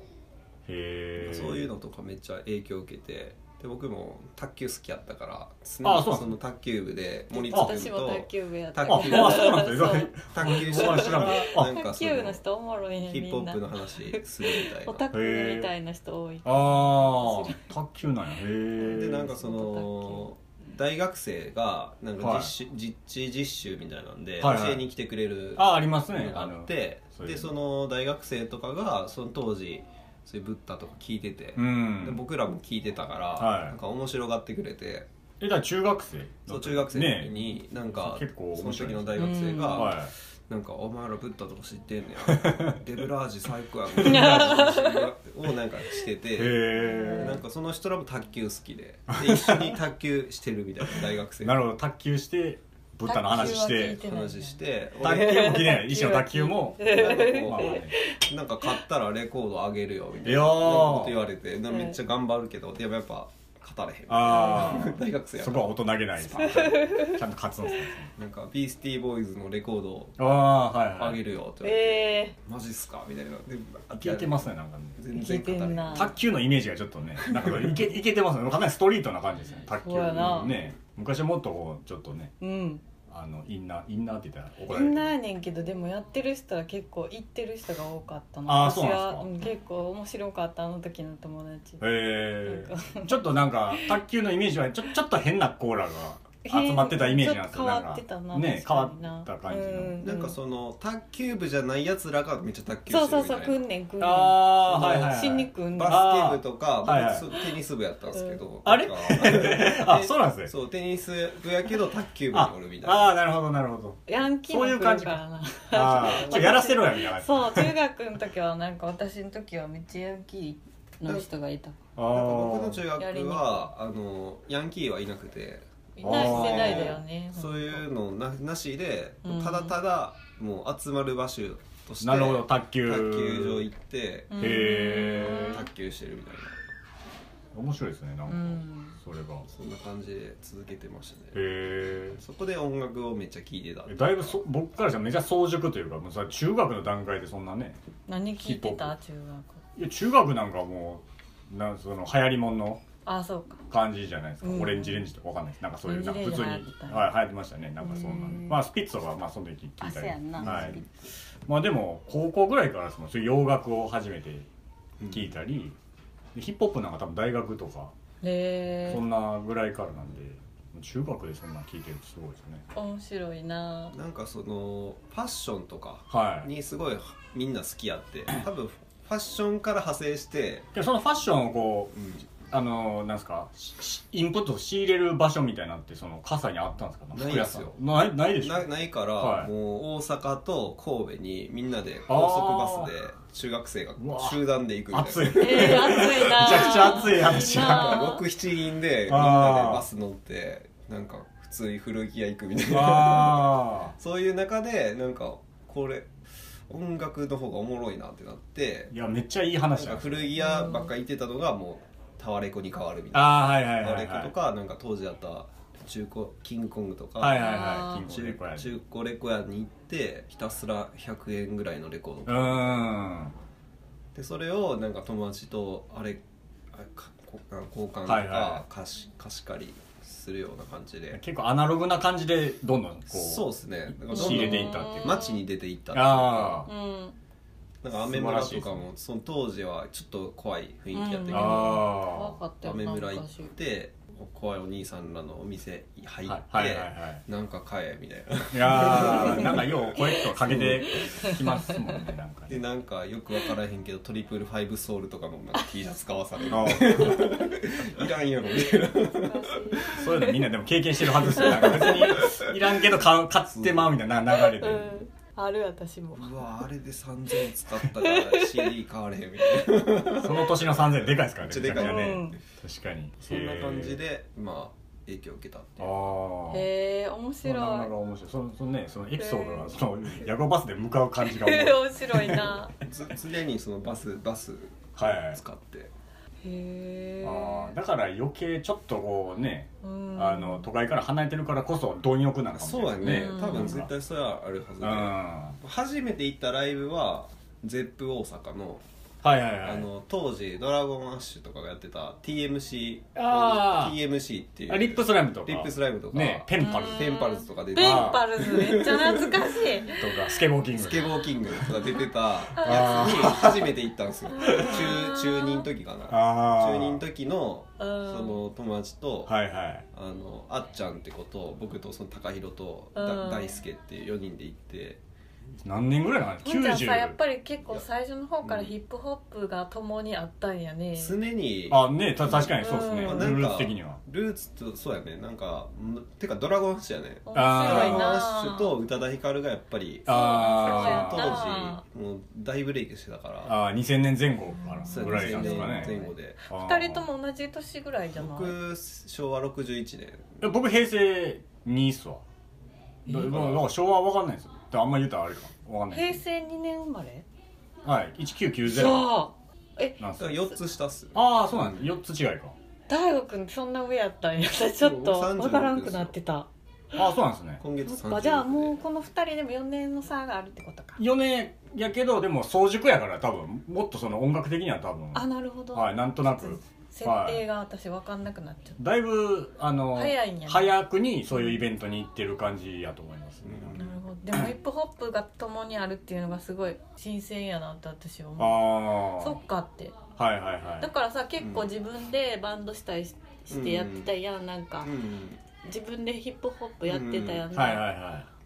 Speaker 2: へえ
Speaker 3: そういうのとかめっちゃ影響を受けてで僕も卓球好きやったから常
Speaker 2: あそうなんで
Speaker 3: に
Speaker 2: すね
Speaker 3: その卓球部で森津
Speaker 1: 私
Speaker 3: 君
Speaker 1: も
Speaker 3: と
Speaker 1: 卓球部やった
Speaker 2: あ、
Speaker 3: 卓球
Speaker 2: あ、そうなんですよ
Speaker 1: そう
Speaker 3: 卓球し
Speaker 2: ごめん
Speaker 3: な
Speaker 2: 知
Speaker 3: が
Speaker 2: らん
Speaker 3: ら
Speaker 2: かった
Speaker 3: なんか
Speaker 1: 卓
Speaker 3: そ
Speaker 1: 球部の
Speaker 3: の
Speaker 1: 人おもろいね
Speaker 3: ヒップ
Speaker 1: み
Speaker 3: ホ
Speaker 1: んな
Speaker 3: ップの話するみたい
Speaker 1: オ
Speaker 3: な
Speaker 1: タクみたいな人多い
Speaker 2: ああ卓球なんやへえ
Speaker 3: でなんかその大学生がなんか
Speaker 2: はい
Speaker 3: 実習、実地実習みたいなんで、
Speaker 2: はいはい
Speaker 3: 教えに来てくれる
Speaker 2: あありますね
Speaker 3: のが
Speaker 2: あ
Speaker 3: あっ
Speaker 2: の
Speaker 3: て
Speaker 2: そういう
Speaker 3: で
Speaker 2: の
Speaker 3: その大学生とかがその当時そういうブッダとか聞いてて、
Speaker 2: うん
Speaker 3: で僕らも聞いてたから、
Speaker 2: はい
Speaker 3: なんか面白がってくれて
Speaker 2: えだから中学生
Speaker 3: そう中学生の時に、なんか
Speaker 2: 結構
Speaker 3: そ
Speaker 2: 面
Speaker 3: の
Speaker 2: 白い
Speaker 3: 時の大学生が、
Speaker 2: は
Speaker 3: なんか「お前らブッダとか知ってんねや デブラージ最高や」みたいな話をなんかして
Speaker 2: いへ
Speaker 3: て。な
Speaker 2: え
Speaker 3: んかその人らも卓球好 きでで一緒に卓球してるみたいな大学生
Speaker 2: なるほど卓球してブッダの話し
Speaker 4: 卓球は聞い
Speaker 2: て
Speaker 4: てない
Speaker 3: 話して
Speaker 2: 卓球も綺麗一緒の卓 球も
Speaker 3: 俺
Speaker 2: まあまあね
Speaker 3: なんか買ったらレコードあげるよみたい
Speaker 2: いや
Speaker 3: な
Speaker 2: ー
Speaker 3: こと言われてなめっちゃ頑張るけどでもやっぱ勝たれへん
Speaker 2: あ
Speaker 3: 大学生
Speaker 2: あ
Speaker 3: や
Speaker 2: そ
Speaker 3: か
Speaker 2: こは
Speaker 3: ら
Speaker 2: 大人げないですねちゃんと勝つんですね
Speaker 3: なんかビースティーボーイズのレコードを
Speaker 2: ああはいはい
Speaker 3: あげるよって言われて
Speaker 1: え
Speaker 3: マジっすかみたいなで
Speaker 2: 聞いてますねなんかね
Speaker 3: 全然勝たれ
Speaker 1: 聞
Speaker 3: へん
Speaker 1: いてんな
Speaker 2: 卓球のイメージがちょっとねなん かいけいけてますねかなりストリートな感じですね卓球
Speaker 1: そうやな
Speaker 2: ね昔はもっとこうちょっとね
Speaker 1: ー、うん
Speaker 2: あのインナーインナーって言ったら
Speaker 1: み
Speaker 2: 怒られる
Speaker 1: んなやねんけどでもやってる人は結構行ってる人が多かった
Speaker 2: あーそうな
Speaker 1: う
Speaker 2: ん
Speaker 1: ん
Speaker 2: で
Speaker 1: 結構面白かったあの時の友達な
Speaker 2: へえちょっとなんか卓球のイメージはちょちょっと変なコーラが集まってたイメージなんですよ
Speaker 1: ちょっと変
Speaker 2: な
Speaker 1: わ
Speaker 2: んか
Speaker 1: ってたな
Speaker 2: ね変わ
Speaker 1: 確かにな
Speaker 2: った感じ
Speaker 1: う
Speaker 2: の
Speaker 1: ん
Speaker 3: なんかその卓球部じゃないやつらがめっちゃ卓球して
Speaker 1: そう
Speaker 3: るみた
Speaker 1: そ
Speaker 3: いうな
Speaker 1: そうくんねんくんねん
Speaker 2: あーはいはいはい
Speaker 1: 死にくんねん
Speaker 3: バスケ部とか
Speaker 2: あーはいはい
Speaker 3: 僕テニス部やったんですけど
Speaker 2: あれ
Speaker 3: なんか
Speaker 2: あそうなんですね
Speaker 3: そうテニス部やけど卓球部に
Speaker 2: あ
Speaker 3: おるみたいな
Speaker 2: あーなるほどなるほど
Speaker 1: ヤンキーも来るからな
Speaker 2: あ ーちょっとやらせろやみたいな
Speaker 1: そう中学の時はなんか私の時はめっちゃヤンキーの人がいた
Speaker 2: あ
Speaker 3: なんか僕
Speaker 2: ー
Speaker 3: の中学はあのヤンキーはいなくて
Speaker 1: いない世代だよね
Speaker 3: そういうのななしで
Speaker 1: うん
Speaker 3: ただただもう集まる場所として
Speaker 2: なるほど卓球
Speaker 3: 卓球場行って
Speaker 1: うん
Speaker 2: へ
Speaker 3: 卓球してるみたいな
Speaker 2: 面白いですねなん
Speaker 1: う
Speaker 2: か
Speaker 1: ん
Speaker 2: それが
Speaker 3: そんな感じで続けてましたね
Speaker 2: へ
Speaker 3: そこで音楽をめっちゃ聴いてた
Speaker 2: えだいぶそ僕からしたらめちゃ早熟というかもうさ中学の段階でそんなね
Speaker 1: 何聞いてた中学
Speaker 2: いや中学なんかもうなんその流行りもんの
Speaker 1: あそうか
Speaker 2: 感じじゃないですか、
Speaker 1: うん
Speaker 2: オレンジレンジとかわかんないですなんかそういうなんか
Speaker 1: オレン
Speaker 2: 普
Speaker 1: ジ
Speaker 2: 通
Speaker 1: レ
Speaker 2: に、
Speaker 1: ンジ
Speaker 2: はい
Speaker 1: 流行ってた、
Speaker 2: 流行ってましたねなんかそんな
Speaker 1: うん
Speaker 2: んまあスピッツとかはまあその時聞いた
Speaker 1: あ
Speaker 2: り
Speaker 1: そうやんな
Speaker 2: はい
Speaker 1: スピッ、
Speaker 2: まあでも高校ぐらいからですもんそういう洋楽を初めて聞いたり、でヒップホップなんか多分大学とか
Speaker 1: へ
Speaker 2: そ
Speaker 1: え
Speaker 2: んなぐらいからなんで中学でそんなん聞いてるってすごいですね
Speaker 1: 面白いな
Speaker 3: なんかそのファッションとか
Speaker 2: はい
Speaker 3: にすごいみんな好きやって多分ファッションから派生して
Speaker 2: でそのファッションをこう、あのなんすかししインプットを仕入れる場所みたいなんてその傘にあったんですか
Speaker 3: ないですよ
Speaker 2: 服屋さんないないでしょ
Speaker 3: なないから、
Speaker 2: はい
Speaker 3: もう大阪と神戸にみんなで高速バスで中学生が
Speaker 2: うわ
Speaker 3: 集団で行くみたいな
Speaker 2: 暑いめち
Speaker 1: えー、暑いな
Speaker 2: ゃくちゃ暑い話
Speaker 1: な
Speaker 2: や
Speaker 1: あー
Speaker 3: 67人でみんなでバス乗ってなんか普通に古着屋行くみ たいな
Speaker 2: あ
Speaker 3: そういう中でなんかこれ音楽の方がおもろいなってなって
Speaker 2: ーいやめっちゃいい
Speaker 3: なん
Speaker 2: 話や
Speaker 3: か古着屋ばっかり行ってたのがもうタワレコに変わるみたいな
Speaker 2: ああはいはい
Speaker 3: タワ
Speaker 2: は
Speaker 3: レ
Speaker 2: い
Speaker 3: コと
Speaker 2: は
Speaker 3: かなんか当時あった中古キングコングとか、
Speaker 2: いはいはいは
Speaker 1: あー
Speaker 2: い金庫
Speaker 3: 中
Speaker 2: 猫やで
Speaker 3: 中古レコ屋に行ってひたすら100円ぐらいのレコード
Speaker 2: うーん
Speaker 3: でそれをなんか友達とあれあかこあ交換と
Speaker 2: はいはいは
Speaker 3: か貸し貸し借りするような感じで
Speaker 2: 結構アナログな感じでどんどんこう
Speaker 3: そうですねなんかどんどん
Speaker 2: 仕入れていったっていう
Speaker 1: うん
Speaker 3: 街に出ていったっていう
Speaker 2: あ
Speaker 3: か
Speaker 2: ー
Speaker 1: うん
Speaker 3: なんか雨村と
Speaker 2: 素晴
Speaker 3: から
Speaker 2: しい
Speaker 3: もその当時はちょっと怖い雰囲気やったけ
Speaker 1: うん
Speaker 3: ど
Speaker 2: あ
Speaker 1: 怖かったよ
Speaker 3: 雨
Speaker 1: な
Speaker 3: 村行っ
Speaker 1: 昔
Speaker 3: て怖いお兄さんらのお店入っ
Speaker 2: ー
Speaker 3: て、
Speaker 2: はいはいはいはい
Speaker 3: なんか買えみたいない
Speaker 2: やーなんかよう声とかけてきますもんねなんか
Speaker 3: で
Speaker 2: ね
Speaker 3: なんかよく分からへんけどトリプルファイブソールとかのなんか T シャツ買わさ れる
Speaker 2: あー
Speaker 3: いらんやろみたいな
Speaker 1: 懐かしい
Speaker 2: そういうのみんなでも経験してるはずですよなんか別にいらんけど買う買ってまうみたいな流れで、
Speaker 1: うんある私も
Speaker 3: うわあれで3000円使ったから CD 買われへんみたいな
Speaker 2: その年の3000でかいですからね
Speaker 3: めっちゃでか
Speaker 2: めちゃく
Speaker 3: い
Speaker 2: ちゃ
Speaker 1: う
Speaker 2: ね
Speaker 1: ん
Speaker 2: 確かに
Speaker 3: そんな感じでまあ影響を受けたって
Speaker 2: あ
Speaker 3: いう
Speaker 2: あ
Speaker 1: へえ面白い
Speaker 2: なかなか面白いそのそのねそのエピソードがその夜行バスで向かう感じ が面白い
Speaker 1: 面白いな
Speaker 3: つ常にそのバスバス
Speaker 2: はい
Speaker 3: 使って
Speaker 1: へ
Speaker 2: あー
Speaker 1: え
Speaker 2: だから余計ちょっとこうね、
Speaker 1: うん
Speaker 2: あの都会から離れてるからこそ貪欲なのかもし
Speaker 3: そう
Speaker 2: れな
Speaker 3: や
Speaker 2: い
Speaker 3: ね
Speaker 1: うん
Speaker 3: 多分絶対それはある
Speaker 2: うん
Speaker 3: は
Speaker 2: は
Speaker 3: ずで初めて行ったライブは ZEP 大阪の
Speaker 2: いはいはい
Speaker 3: あの当時ドラゴンアッシュとかがやってた TMC
Speaker 2: あー
Speaker 3: TMC っていう
Speaker 2: あリップスライムとか
Speaker 3: リップスライムとか
Speaker 2: ねペンパル
Speaker 1: うん
Speaker 3: ペンパルズとか出て
Speaker 1: ペン
Speaker 3: た
Speaker 1: パルズめっちゃ懐かしい
Speaker 2: とかスケボーキング
Speaker 3: スケボーキングとか出てたやつに初めて行ったんですよ中中2の時かな
Speaker 2: ああ
Speaker 3: 中2の時の
Speaker 1: う
Speaker 3: そ
Speaker 1: ん
Speaker 3: の友達と、
Speaker 2: はいはい
Speaker 3: あのあっちゃんってこと僕とその高弘と
Speaker 1: う
Speaker 3: だ
Speaker 1: ん
Speaker 3: 大輔っていう4人で行って
Speaker 2: 何年ぐらいなの
Speaker 1: もんちゃんさやっ
Speaker 2: 90
Speaker 1: ぱり結構最初の方からヒップホップが共にあったんやね
Speaker 3: 常に
Speaker 2: あねた確かにそうですね
Speaker 1: う
Speaker 2: ル
Speaker 1: ん
Speaker 2: ール的には
Speaker 3: ルーツとそうやねなんかんてかドラゴンアッシュやね
Speaker 1: 面白い
Speaker 3: ドラゴン
Speaker 1: な
Speaker 3: アッシュと宇多田ヒカルがやっぱり
Speaker 2: あ
Speaker 1: そう
Speaker 2: ー
Speaker 1: やった
Speaker 3: 当時もう大ブレイクしてたから
Speaker 2: あー2000年前後から
Speaker 3: そう
Speaker 2: ぐ
Speaker 3: や
Speaker 2: ら
Speaker 3: ね
Speaker 2: いなんですか
Speaker 3: 2000年前
Speaker 2: ね
Speaker 3: 後で
Speaker 2: あー
Speaker 1: 二人とも同じ年ぐらいじゃない
Speaker 3: 僕昭和61年
Speaker 2: え僕平成2っすわだだから昭和は分かんないですよだからあんま言うたらあれか分かんない
Speaker 1: 平
Speaker 2: です
Speaker 1: 成2年生まれ
Speaker 2: はい
Speaker 1: そう
Speaker 2: 1990なん
Speaker 3: だ
Speaker 2: す
Speaker 3: か
Speaker 2: よ
Speaker 3: ら4つ下っすよ
Speaker 2: ああそうなんです4つ違いか
Speaker 1: 大学そんな上やったんやちょっと
Speaker 3: そう36
Speaker 1: わからんくなってた
Speaker 2: ああそうなんですね
Speaker 3: 今月
Speaker 1: やっ
Speaker 3: 30
Speaker 1: ぱじゃあもうこの二人でも4年の差があるってことか
Speaker 2: 4年やけどでも早熟やから多分もっとその音楽的には多分
Speaker 1: あなるほど、
Speaker 2: はいなんとなく
Speaker 1: 設定が私わかんなくなっちゃっ
Speaker 2: だいぶあの
Speaker 1: 早いんやね
Speaker 2: 早くにそういうイベントに行ってる感じやと思いますね、
Speaker 1: た、なるほどでもヒップホップが共にあるっていうのがすごい新鮮やなって私は思
Speaker 2: あ
Speaker 1: うそっかって
Speaker 2: あはいはいは
Speaker 1: だ
Speaker 2: い
Speaker 1: からさ結構自分でバンドしたりししてやってたやんなんか
Speaker 3: うんうん
Speaker 1: 自分でヒップホップやってたやん
Speaker 2: はいはい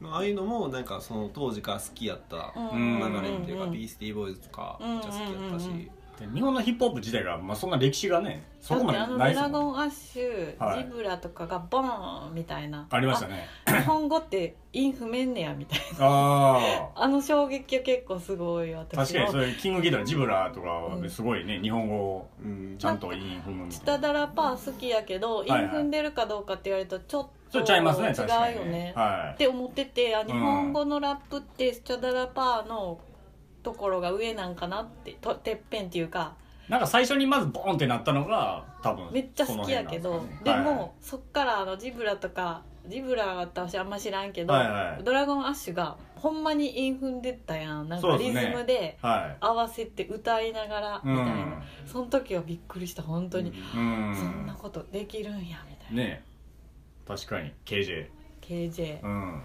Speaker 1: な
Speaker 2: は
Speaker 3: ああいうのもなんかその当時から好きやった
Speaker 1: うん
Speaker 2: うん
Speaker 3: 流れっていうか、
Speaker 1: うん
Speaker 3: ビースティーボーイズとか
Speaker 1: うん
Speaker 3: めっちゃ好きやったし、
Speaker 1: うんうん
Speaker 2: いで日本のヒップホップ自体が、まあ、そんな歴史がねそ
Speaker 1: だ
Speaker 2: こ
Speaker 1: っ
Speaker 2: ま
Speaker 1: て
Speaker 2: で
Speaker 1: あの
Speaker 2: ない
Speaker 1: ド
Speaker 2: です
Speaker 1: ラ
Speaker 2: もん
Speaker 1: ゴンアッシ
Speaker 2: は
Speaker 1: ュ
Speaker 2: い
Speaker 1: ジブラとかがボーンみたいな
Speaker 2: ありましたね
Speaker 1: あ日本語って韻踏めんねやみたいな
Speaker 2: ああ
Speaker 1: あの衝撃は結構すごい私は
Speaker 2: 確かにそういうキングギドラジブラとかはすごいね、日本語を
Speaker 3: うん
Speaker 2: ちゃんと韻踏むみ
Speaker 1: チ
Speaker 2: た
Speaker 1: タ
Speaker 2: いな
Speaker 1: ダラパー好きやけど、
Speaker 2: い
Speaker 1: 韻
Speaker 2: はい
Speaker 1: 踏んでるかどうかって言われるとちょっ
Speaker 2: そ
Speaker 1: と
Speaker 2: れちゃいますね確か
Speaker 1: 違う
Speaker 2: に
Speaker 1: よね
Speaker 2: は
Speaker 1: っ
Speaker 2: い
Speaker 1: て思っててあ
Speaker 2: ん
Speaker 1: 日本語のラップってチタダラパーのところが上なんかなってとてっぺんっていうか
Speaker 2: なんか最初にまずボーンってなったのが多分
Speaker 1: めっちゃ好きやけど
Speaker 2: その辺
Speaker 1: で
Speaker 2: なんすかね
Speaker 1: も、そっからあのジブラとかジブラは私あんま知らんけど、
Speaker 2: はいはい
Speaker 1: ドラゴンアッシュがほんまに韻踏んでったやんなん
Speaker 2: そ
Speaker 1: か
Speaker 2: うで
Speaker 1: リ
Speaker 2: す
Speaker 1: ズ
Speaker 2: ね
Speaker 1: ムで
Speaker 2: はい、はい
Speaker 1: 合わせて歌いながらみたいな、その時はびっくりした本当に、
Speaker 2: うんうん
Speaker 1: そんなことできるんやみたいな、
Speaker 2: ねえ確かに KJ
Speaker 1: KJ
Speaker 2: うん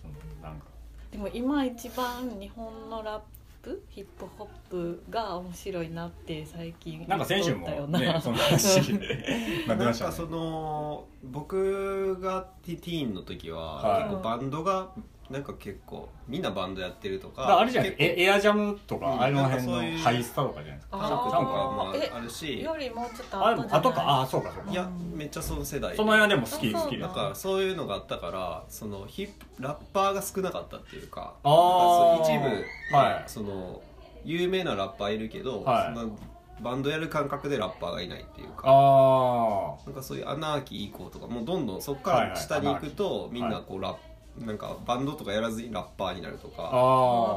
Speaker 2: そのなんか
Speaker 1: でも今一番日本のラップヒップホップが面白いなって最近
Speaker 2: なんか先週
Speaker 1: 思
Speaker 2: も
Speaker 1: ったよ
Speaker 2: ね
Speaker 1: な
Speaker 2: そんな話 なって
Speaker 3: な
Speaker 2: ま
Speaker 3: ん
Speaker 2: した
Speaker 3: か
Speaker 2: ね
Speaker 3: その僕がティティーンの時は、
Speaker 2: はい
Speaker 3: 結構バンドがなんか結構みんなバンドやってると
Speaker 2: だから
Speaker 3: か
Speaker 2: あれじゃないです
Speaker 3: 結
Speaker 2: かエエアジャムと
Speaker 3: う
Speaker 2: か
Speaker 3: ん
Speaker 2: あれの辺
Speaker 3: なんかそうい
Speaker 2: の
Speaker 3: う
Speaker 2: ハイスタとかじゃないですか
Speaker 3: 構家族とかも
Speaker 1: あーえ
Speaker 3: あるし
Speaker 1: よりもうちょっと
Speaker 2: あれ
Speaker 1: 後
Speaker 2: も
Speaker 1: じゃない
Speaker 2: 後かあそうかそうか
Speaker 3: いやめっちゃその世代
Speaker 2: その辺はでも好き
Speaker 1: あそう
Speaker 2: 好き
Speaker 3: だ
Speaker 2: だ
Speaker 3: からそういうのがあったからそのヒップラッパーが少なかったっていうか
Speaker 2: あー
Speaker 3: なんかそう一部、
Speaker 2: はい
Speaker 3: その有名なラッパーいるけど、
Speaker 2: はい
Speaker 3: そんなバンドやる感覚でラッパーがいないっていうか
Speaker 2: あ
Speaker 3: なんかそういうアナーキー以降とかもうどんどんそこ
Speaker 2: はいは
Speaker 3: から
Speaker 2: い
Speaker 3: 下に行くと、
Speaker 2: ーキー
Speaker 3: みんなこうラップなんかバンドとかやらずにラッパーになると
Speaker 2: あ
Speaker 3: か。
Speaker 2: あ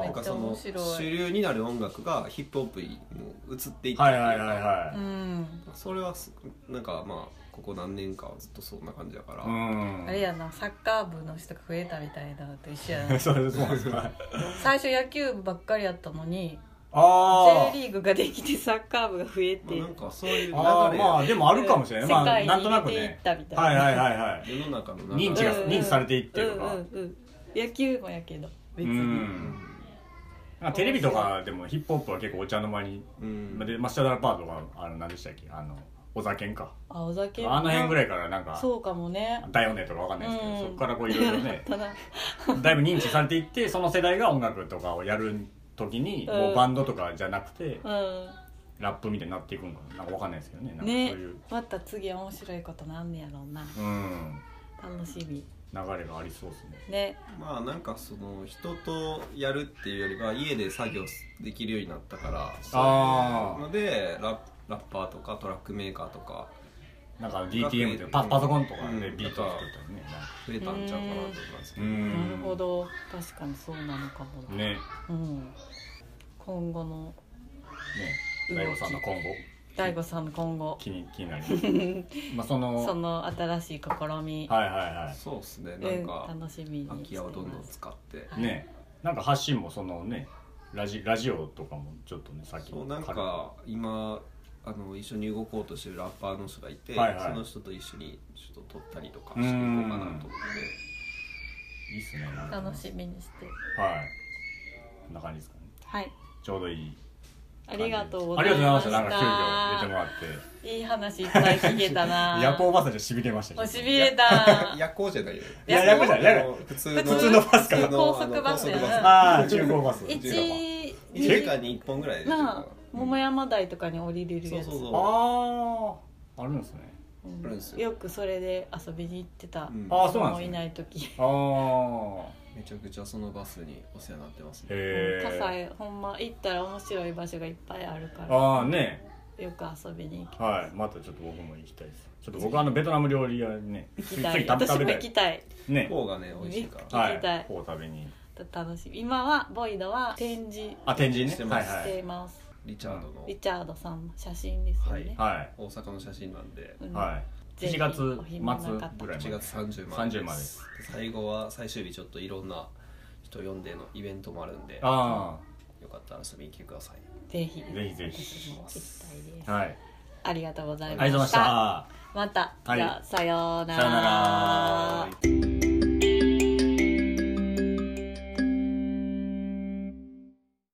Speaker 1: ー
Speaker 3: な
Speaker 2: ー
Speaker 3: んかそ
Speaker 1: め
Speaker 3: の
Speaker 1: っちゃ面白い
Speaker 3: 主流になる音楽がヒップホップにもう移っていって
Speaker 2: はいはいはいは
Speaker 1: う
Speaker 2: い
Speaker 1: ん
Speaker 3: それはすなんかまあここ何年かはずっとそんな感じだから、
Speaker 2: うん
Speaker 1: あれやなサッカー部の人が増えたみたいなのと一緒や な
Speaker 2: そうそうなんですか
Speaker 1: 最初野球部ばっかりやったのに
Speaker 2: あ
Speaker 1: J リーグができてサッカー部が増え
Speaker 3: まあ
Speaker 1: て
Speaker 3: なんかそういう流れ
Speaker 2: ーあーまあでもあるかもしれないま
Speaker 1: 世
Speaker 2: あ
Speaker 1: 界
Speaker 2: なんとな
Speaker 1: に
Speaker 2: く
Speaker 1: 出ていっ
Speaker 2: ね
Speaker 1: たみたいな、
Speaker 2: はいはいはいはい
Speaker 3: 世の中の中で
Speaker 2: 認知が
Speaker 1: うんうん
Speaker 2: 認知されていって
Speaker 1: う
Speaker 2: る
Speaker 1: ん
Speaker 2: か
Speaker 1: うんうん野球もやけど 別
Speaker 2: う
Speaker 1: に、
Speaker 2: んなんかテレビとかでもヒップホップは結構お茶の間に
Speaker 3: うん
Speaker 2: でマスターダラパーとかあの何でしたっけあのお酒んか
Speaker 1: あお酒
Speaker 2: あの辺ぐら
Speaker 1: い
Speaker 2: いからなんか
Speaker 1: そうかもね
Speaker 2: だよねとかわかんないですけど、
Speaker 1: うん
Speaker 2: そこからこういろいろ ね
Speaker 1: ただ
Speaker 2: だいぶ認知されていってその世代が音楽とかをやる時に、
Speaker 1: うん
Speaker 2: もうバンドとかじゃなくて、
Speaker 1: う
Speaker 2: ラップみたいになっていくのかなんかわかんないですけどね
Speaker 1: ん
Speaker 2: なんかそう
Speaker 1: ね
Speaker 2: いう、
Speaker 1: また次面白いことなんねやろうな
Speaker 2: うん
Speaker 1: 楽しみ
Speaker 2: 流れがありそうですね
Speaker 1: ね
Speaker 3: まあなんかその人とやるっていうよりは家で作業できるようになったから
Speaker 2: あー
Speaker 3: そういうのでララッパーとかトラックメーカーとか
Speaker 2: なんか DTM でパパソコンとかで
Speaker 3: うん
Speaker 2: ビートを作ったりね、
Speaker 3: 増えたんちゃうかなと思いますけ
Speaker 2: う
Speaker 3: ど
Speaker 2: ん
Speaker 1: なるほど確かにそうなのかもな、
Speaker 2: ねね
Speaker 1: うん、今後の
Speaker 2: 大悟さんの今後
Speaker 1: 大悟さんの今後
Speaker 2: 気に気になります まあその
Speaker 1: その新しい試み、
Speaker 2: はいはいはい
Speaker 3: そうですねな
Speaker 1: うんん
Speaker 3: か
Speaker 1: 楽しみに
Speaker 3: 空
Speaker 1: して
Speaker 3: き家をどんどん使って
Speaker 1: はい
Speaker 2: ねなんか発信もそのねラジラジオとかもちょっとねさっき
Speaker 3: そうなん
Speaker 2: 軽く
Speaker 3: か今あの一緒に動こうとしてるラッパーの人がいて、
Speaker 2: はいはい
Speaker 3: その人と一緒にちょっと撮ったりとかしていこうかなと思って
Speaker 2: いいっすねなんか
Speaker 1: 楽しみにして
Speaker 2: はいこんな感じですかね
Speaker 1: はい
Speaker 2: ちょうどいい
Speaker 1: ありがとうご
Speaker 2: あ
Speaker 1: ざ
Speaker 2: り
Speaker 1: い
Speaker 2: がとうござい
Speaker 1: まし
Speaker 2: ましたたなんか急遽出てもらって
Speaker 1: いい話いっぱい聞けた な
Speaker 2: 夜行バスでしびれました
Speaker 1: おしびれた
Speaker 3: いや夜行じゃないよ
Speaker 2: いや夜行じゃない
Speaker 3: あの普通の
Speaker 1: 普
Speaker 2: 通のバスか
Speaker 3: 普通の
Speaker 1: 高速バスやな
Speaker 3: あの高速
Speaker 2: ああ中高バス
Speaker 1: 一
Speaker 3: 1時間に1本ぐらいで
Speaker 1: なあ桃
Speaker 3: や
Speaker 1: 山台とかに降りれる
Speaker 3: そ
Speaker 1: や
Speaker 3: う
Speaker 1: つ
Speaker 3: そうそう
Speaker 2: あああるんですね
Speaker 1: うん
Speaker 3: あるんですよ
Speaker 1: よくそれで遊びに行ってた
Speaker 3: うん
Speaker 2: あそうなん
Speaker 1: も
Speaker 2: で
Speaker 1: い
Speaker 2: す
Speaker 1: な
Speaker 2: ね
Speaker 1: い時
Speaker 2: ああ
Speaker 3: めちゃくちゃそのバスにお世話になってますね
Speaker 2: へ
Speaker 1: 葛
Speaker 2: え
Speaker 1: 西ほんま行ったら面白い場所がいっぱいあるから
Speaker 2: ああね
Speaker 1: よく遊びに行
Speaker 2: はいまたちょっと僕も行きたいですちょっと僕あのベトナム料理屋にね
Speaker 1: き行き
Speaker 2: 次
Speaker 1: たい
Speaker 2: 食べ
Speaker 1: 私
Speaker 2: 食
Speaker 1: も
Speaker 2: べ
Speaker 1: 行
Speaker 2: たい
Speaker 1: きたい
Speaker 2: ね
Speaker 3: フォーがね美味しいから
Speaker 1: きたい
Speaker 2: は
Speaker 1: 行きたい
Speaker 2: いこう食べに
Speaker 1: 楽しみ今はボイドは展示
Speaker 2: あ展示ね
Speaker 3: してます
Speaker 2: は
Speaker 1: し
Speaker 2: い
Speaker 1: ています、
Speaker 3: リチャードの
Speaker 1: リチャードさんの写真ですよね、
Speaker 2: はい
Speaker 3: 大阪の写真なんで
Speaker 1: うん
Speaker 2: はい。
Speaker 1: ぜひ
Speaker 2: 7月
Speaker 1: お
Speaker 2: 末
Speaker 1: 暇な方
Speaker 2: ぐらいま
Speaker 3: 1
Speaker 2: で。
Speaker 3: 月30まで
Speaker 2: 30まで。
Speaker 3: 最後は最終日ちょっといろんな人呼んでのイベントもあるんでよ
Speaker 2: あ
Speaker 3: かったら遊びに来てください
Speaker 1: ぜひ
Speaker 2: あ、ぜひぜ
Speaker 1: 私
Speaker 2: ひ。
Speaker 1: も行きたいです
Speaker 2: はい。あり
Speaker 1: ありがとうござい
Speaker 2: がとうございました。
Speaker 1: また、
Speaker 2: はい
Speaker 1: じゃあさような
Speaker 2: さような
Speaker 1: ら
Speaker 2: ら。